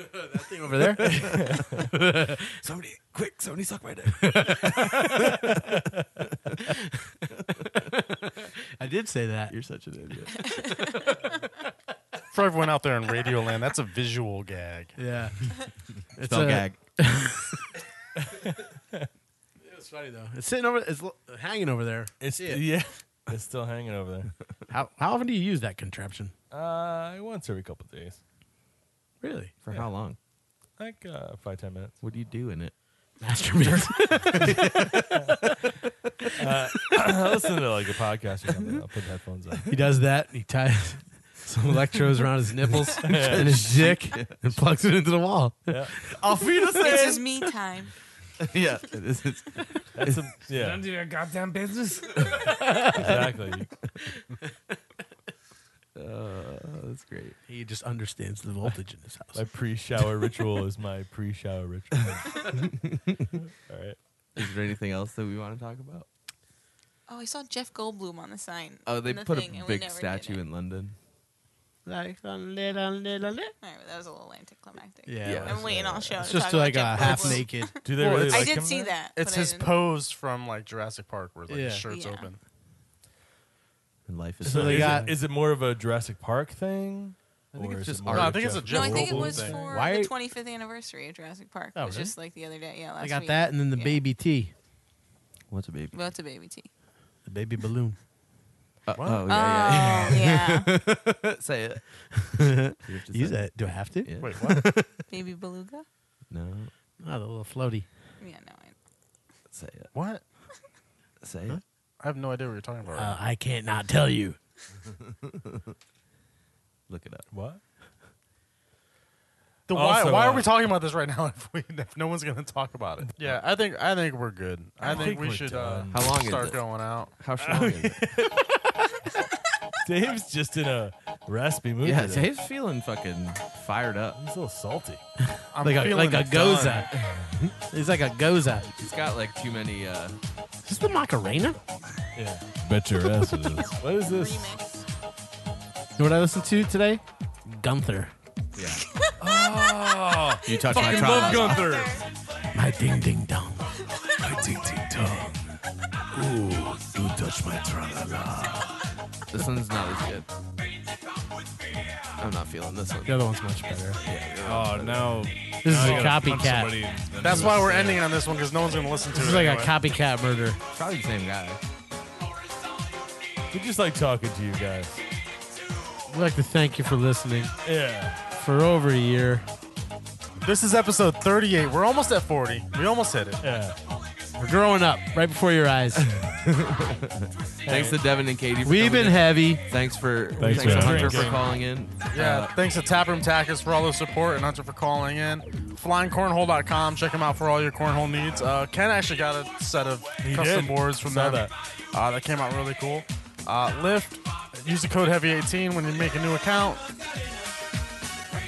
over there.
somebody, quick, somebody suck my dick.
I did say that.
You're such an idiot.
For everyone out there in Radio Land, that's a visual gag.
Yeah. it's
Spell
a-
gag.
It's funny though. It's sitting over. It's l- hanging over there.
It's yeah. It's still hanging over there.
How how often do you use that contraption?
Uh, once every couple of days,
Really?
For how long?
like uh, five ten minutes.
What do you do in it?
Masturbate.
I listen to like a podcast or something. I'll put headphones on.
he does that. He ties some electrodes around his nipples and his dick and plugs it into the wall.
Yeah,
I'll feed
This is me time.
yeah, this is oh,
that's a, yeah,
your goddamn business.
exactly.
that's great.
He just understands the voltage in his
My
house.
pre-shower ritual is my pre-shower ritual. All right.
Is there anything else that we want to talk about?
Oh, I saw Jeff Goldblum on the sign.
Oh, they
on the
put
thing, and
a
we
big
never did
statue
it.
in London.
Like a little, little, little.
All right, well, that was a little anticlimactic.
Yeah.
Yeah.
I'm waiting all show.
It's
to
just
talk about
like a
Jeff
half
Goldblum.
naked.
Do they
Well,
really?
it's-
I
like
did
him
see
there?
that.
It's
but I
his
didn't-
pose from like Jurassic Park, where like
Yeah.
his shirt's
Yeah.
open.
And life is
So
not
they
easy.
Is,
got-
it, is it more of a Jurassic Park thing?
I think
Or
it's
is
just
it
art.
more
No, I
of
think it's
Jeff-
a
No, I
Jeff
think it
Goldblum
was
thing.
for
Why-
the 25th anniversary of Jurassic Park.
Oh,
it was
really?
just like the other day. Yeah, last
I got
week.
that, and then the
Yeah.
baby T.
What's a baby?
Well, it's a baby tea.
The baby balloon.
Uh, oh yeah, yeah.
Oh,
yeah. Say it. You have to
Use
say
it. Do I have to?
Yeah.
Wait, what?
Baby beluga?
No.
Oh, the little floaty.
Yeah, no. I-
Say it.
what?
Say it.
I have no idea what you're talking about.
Uh, I can't not tell you.
Look it up.
What?
Then why,
Also,
why
uh,
are we talking about this right now if, we, if no one's going to talk about it? Yeah, I think I think we're good. I,
I
think,
think
we
we're
should uh,
done.
How long is
start
it?
going out.
How strong is it?
Dave's just in a raspy mood.
Yeah,
today.
Dave's feeling fucking fired up.
He's a little salty.
I'm
like a
feeling
like a
done.
goza. He's like a goza.
He's got like too many. uh
Is this the Macarena?
Yeah.
Bet your ass it is.
What is this?
Remix.
You know what I listened to today? Gunther.
Yeah. You touch my
Love
trousers.
Gunther.
My ding ding dong.
My ting ting tong. Ooh, you touch my tra-la-la.
This one's not as good. I'm not feeling this one.
The other one's much better.
Oh, now
This is
now
a
I gotta punch
copycat.
somebody and then
That's
do
why
it.
we're ending it on this one because no one's going to listen to
This
it.
is like a
anyway.
copycat murder.
Probably the same guy.
We just like talking to you guys.
We'd like to thank you for listening
Yeah.
for over a year.
This is episode 38. We're almost at 40. We almost hit it.
Yeah.
We're growing up right before your eyes.
Thanks to Devin and Katie. For
We've
coming
been
in.
heavy.
Thanks for
Thanks,
thanks,
man.
to Hunter for
Drinking.
calling in.
Yeah,
Uh,
thanks to Taproom Tackers for all their support and Hunter for calling in. FlyingCornhole.com. Check them out for all your cornhole needs. Uh, Ken actually got a set of
He
custom
did.
boards from
Saw
them that. Uh, that came out really cool. Uh, Lyft, use the code Heavy18 when you make a new account.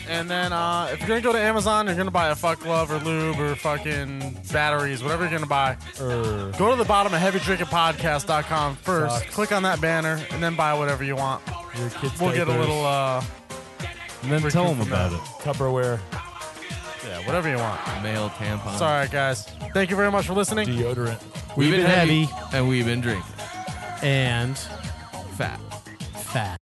And then uh, if you're going to go to Amazon, you're going to buy a fuck glove or lube or fucking batteries, whatever you're going to buy.
Er,
Go to the bottom of heavydrinkingpodcast.com first.
Socks.
Click on that banner and then buy whatever you want.
your kids
We'll get a little. Uh,
And then
Freaking
tell them
from
about
that.
it.
Tupperware
yeah, whatever you want.
male tampon.
It's all right, guys. Thank you very much for listening.
deodorant.
We've,
We've
been
been
heavy and we've been drinking
And
fat.
fat.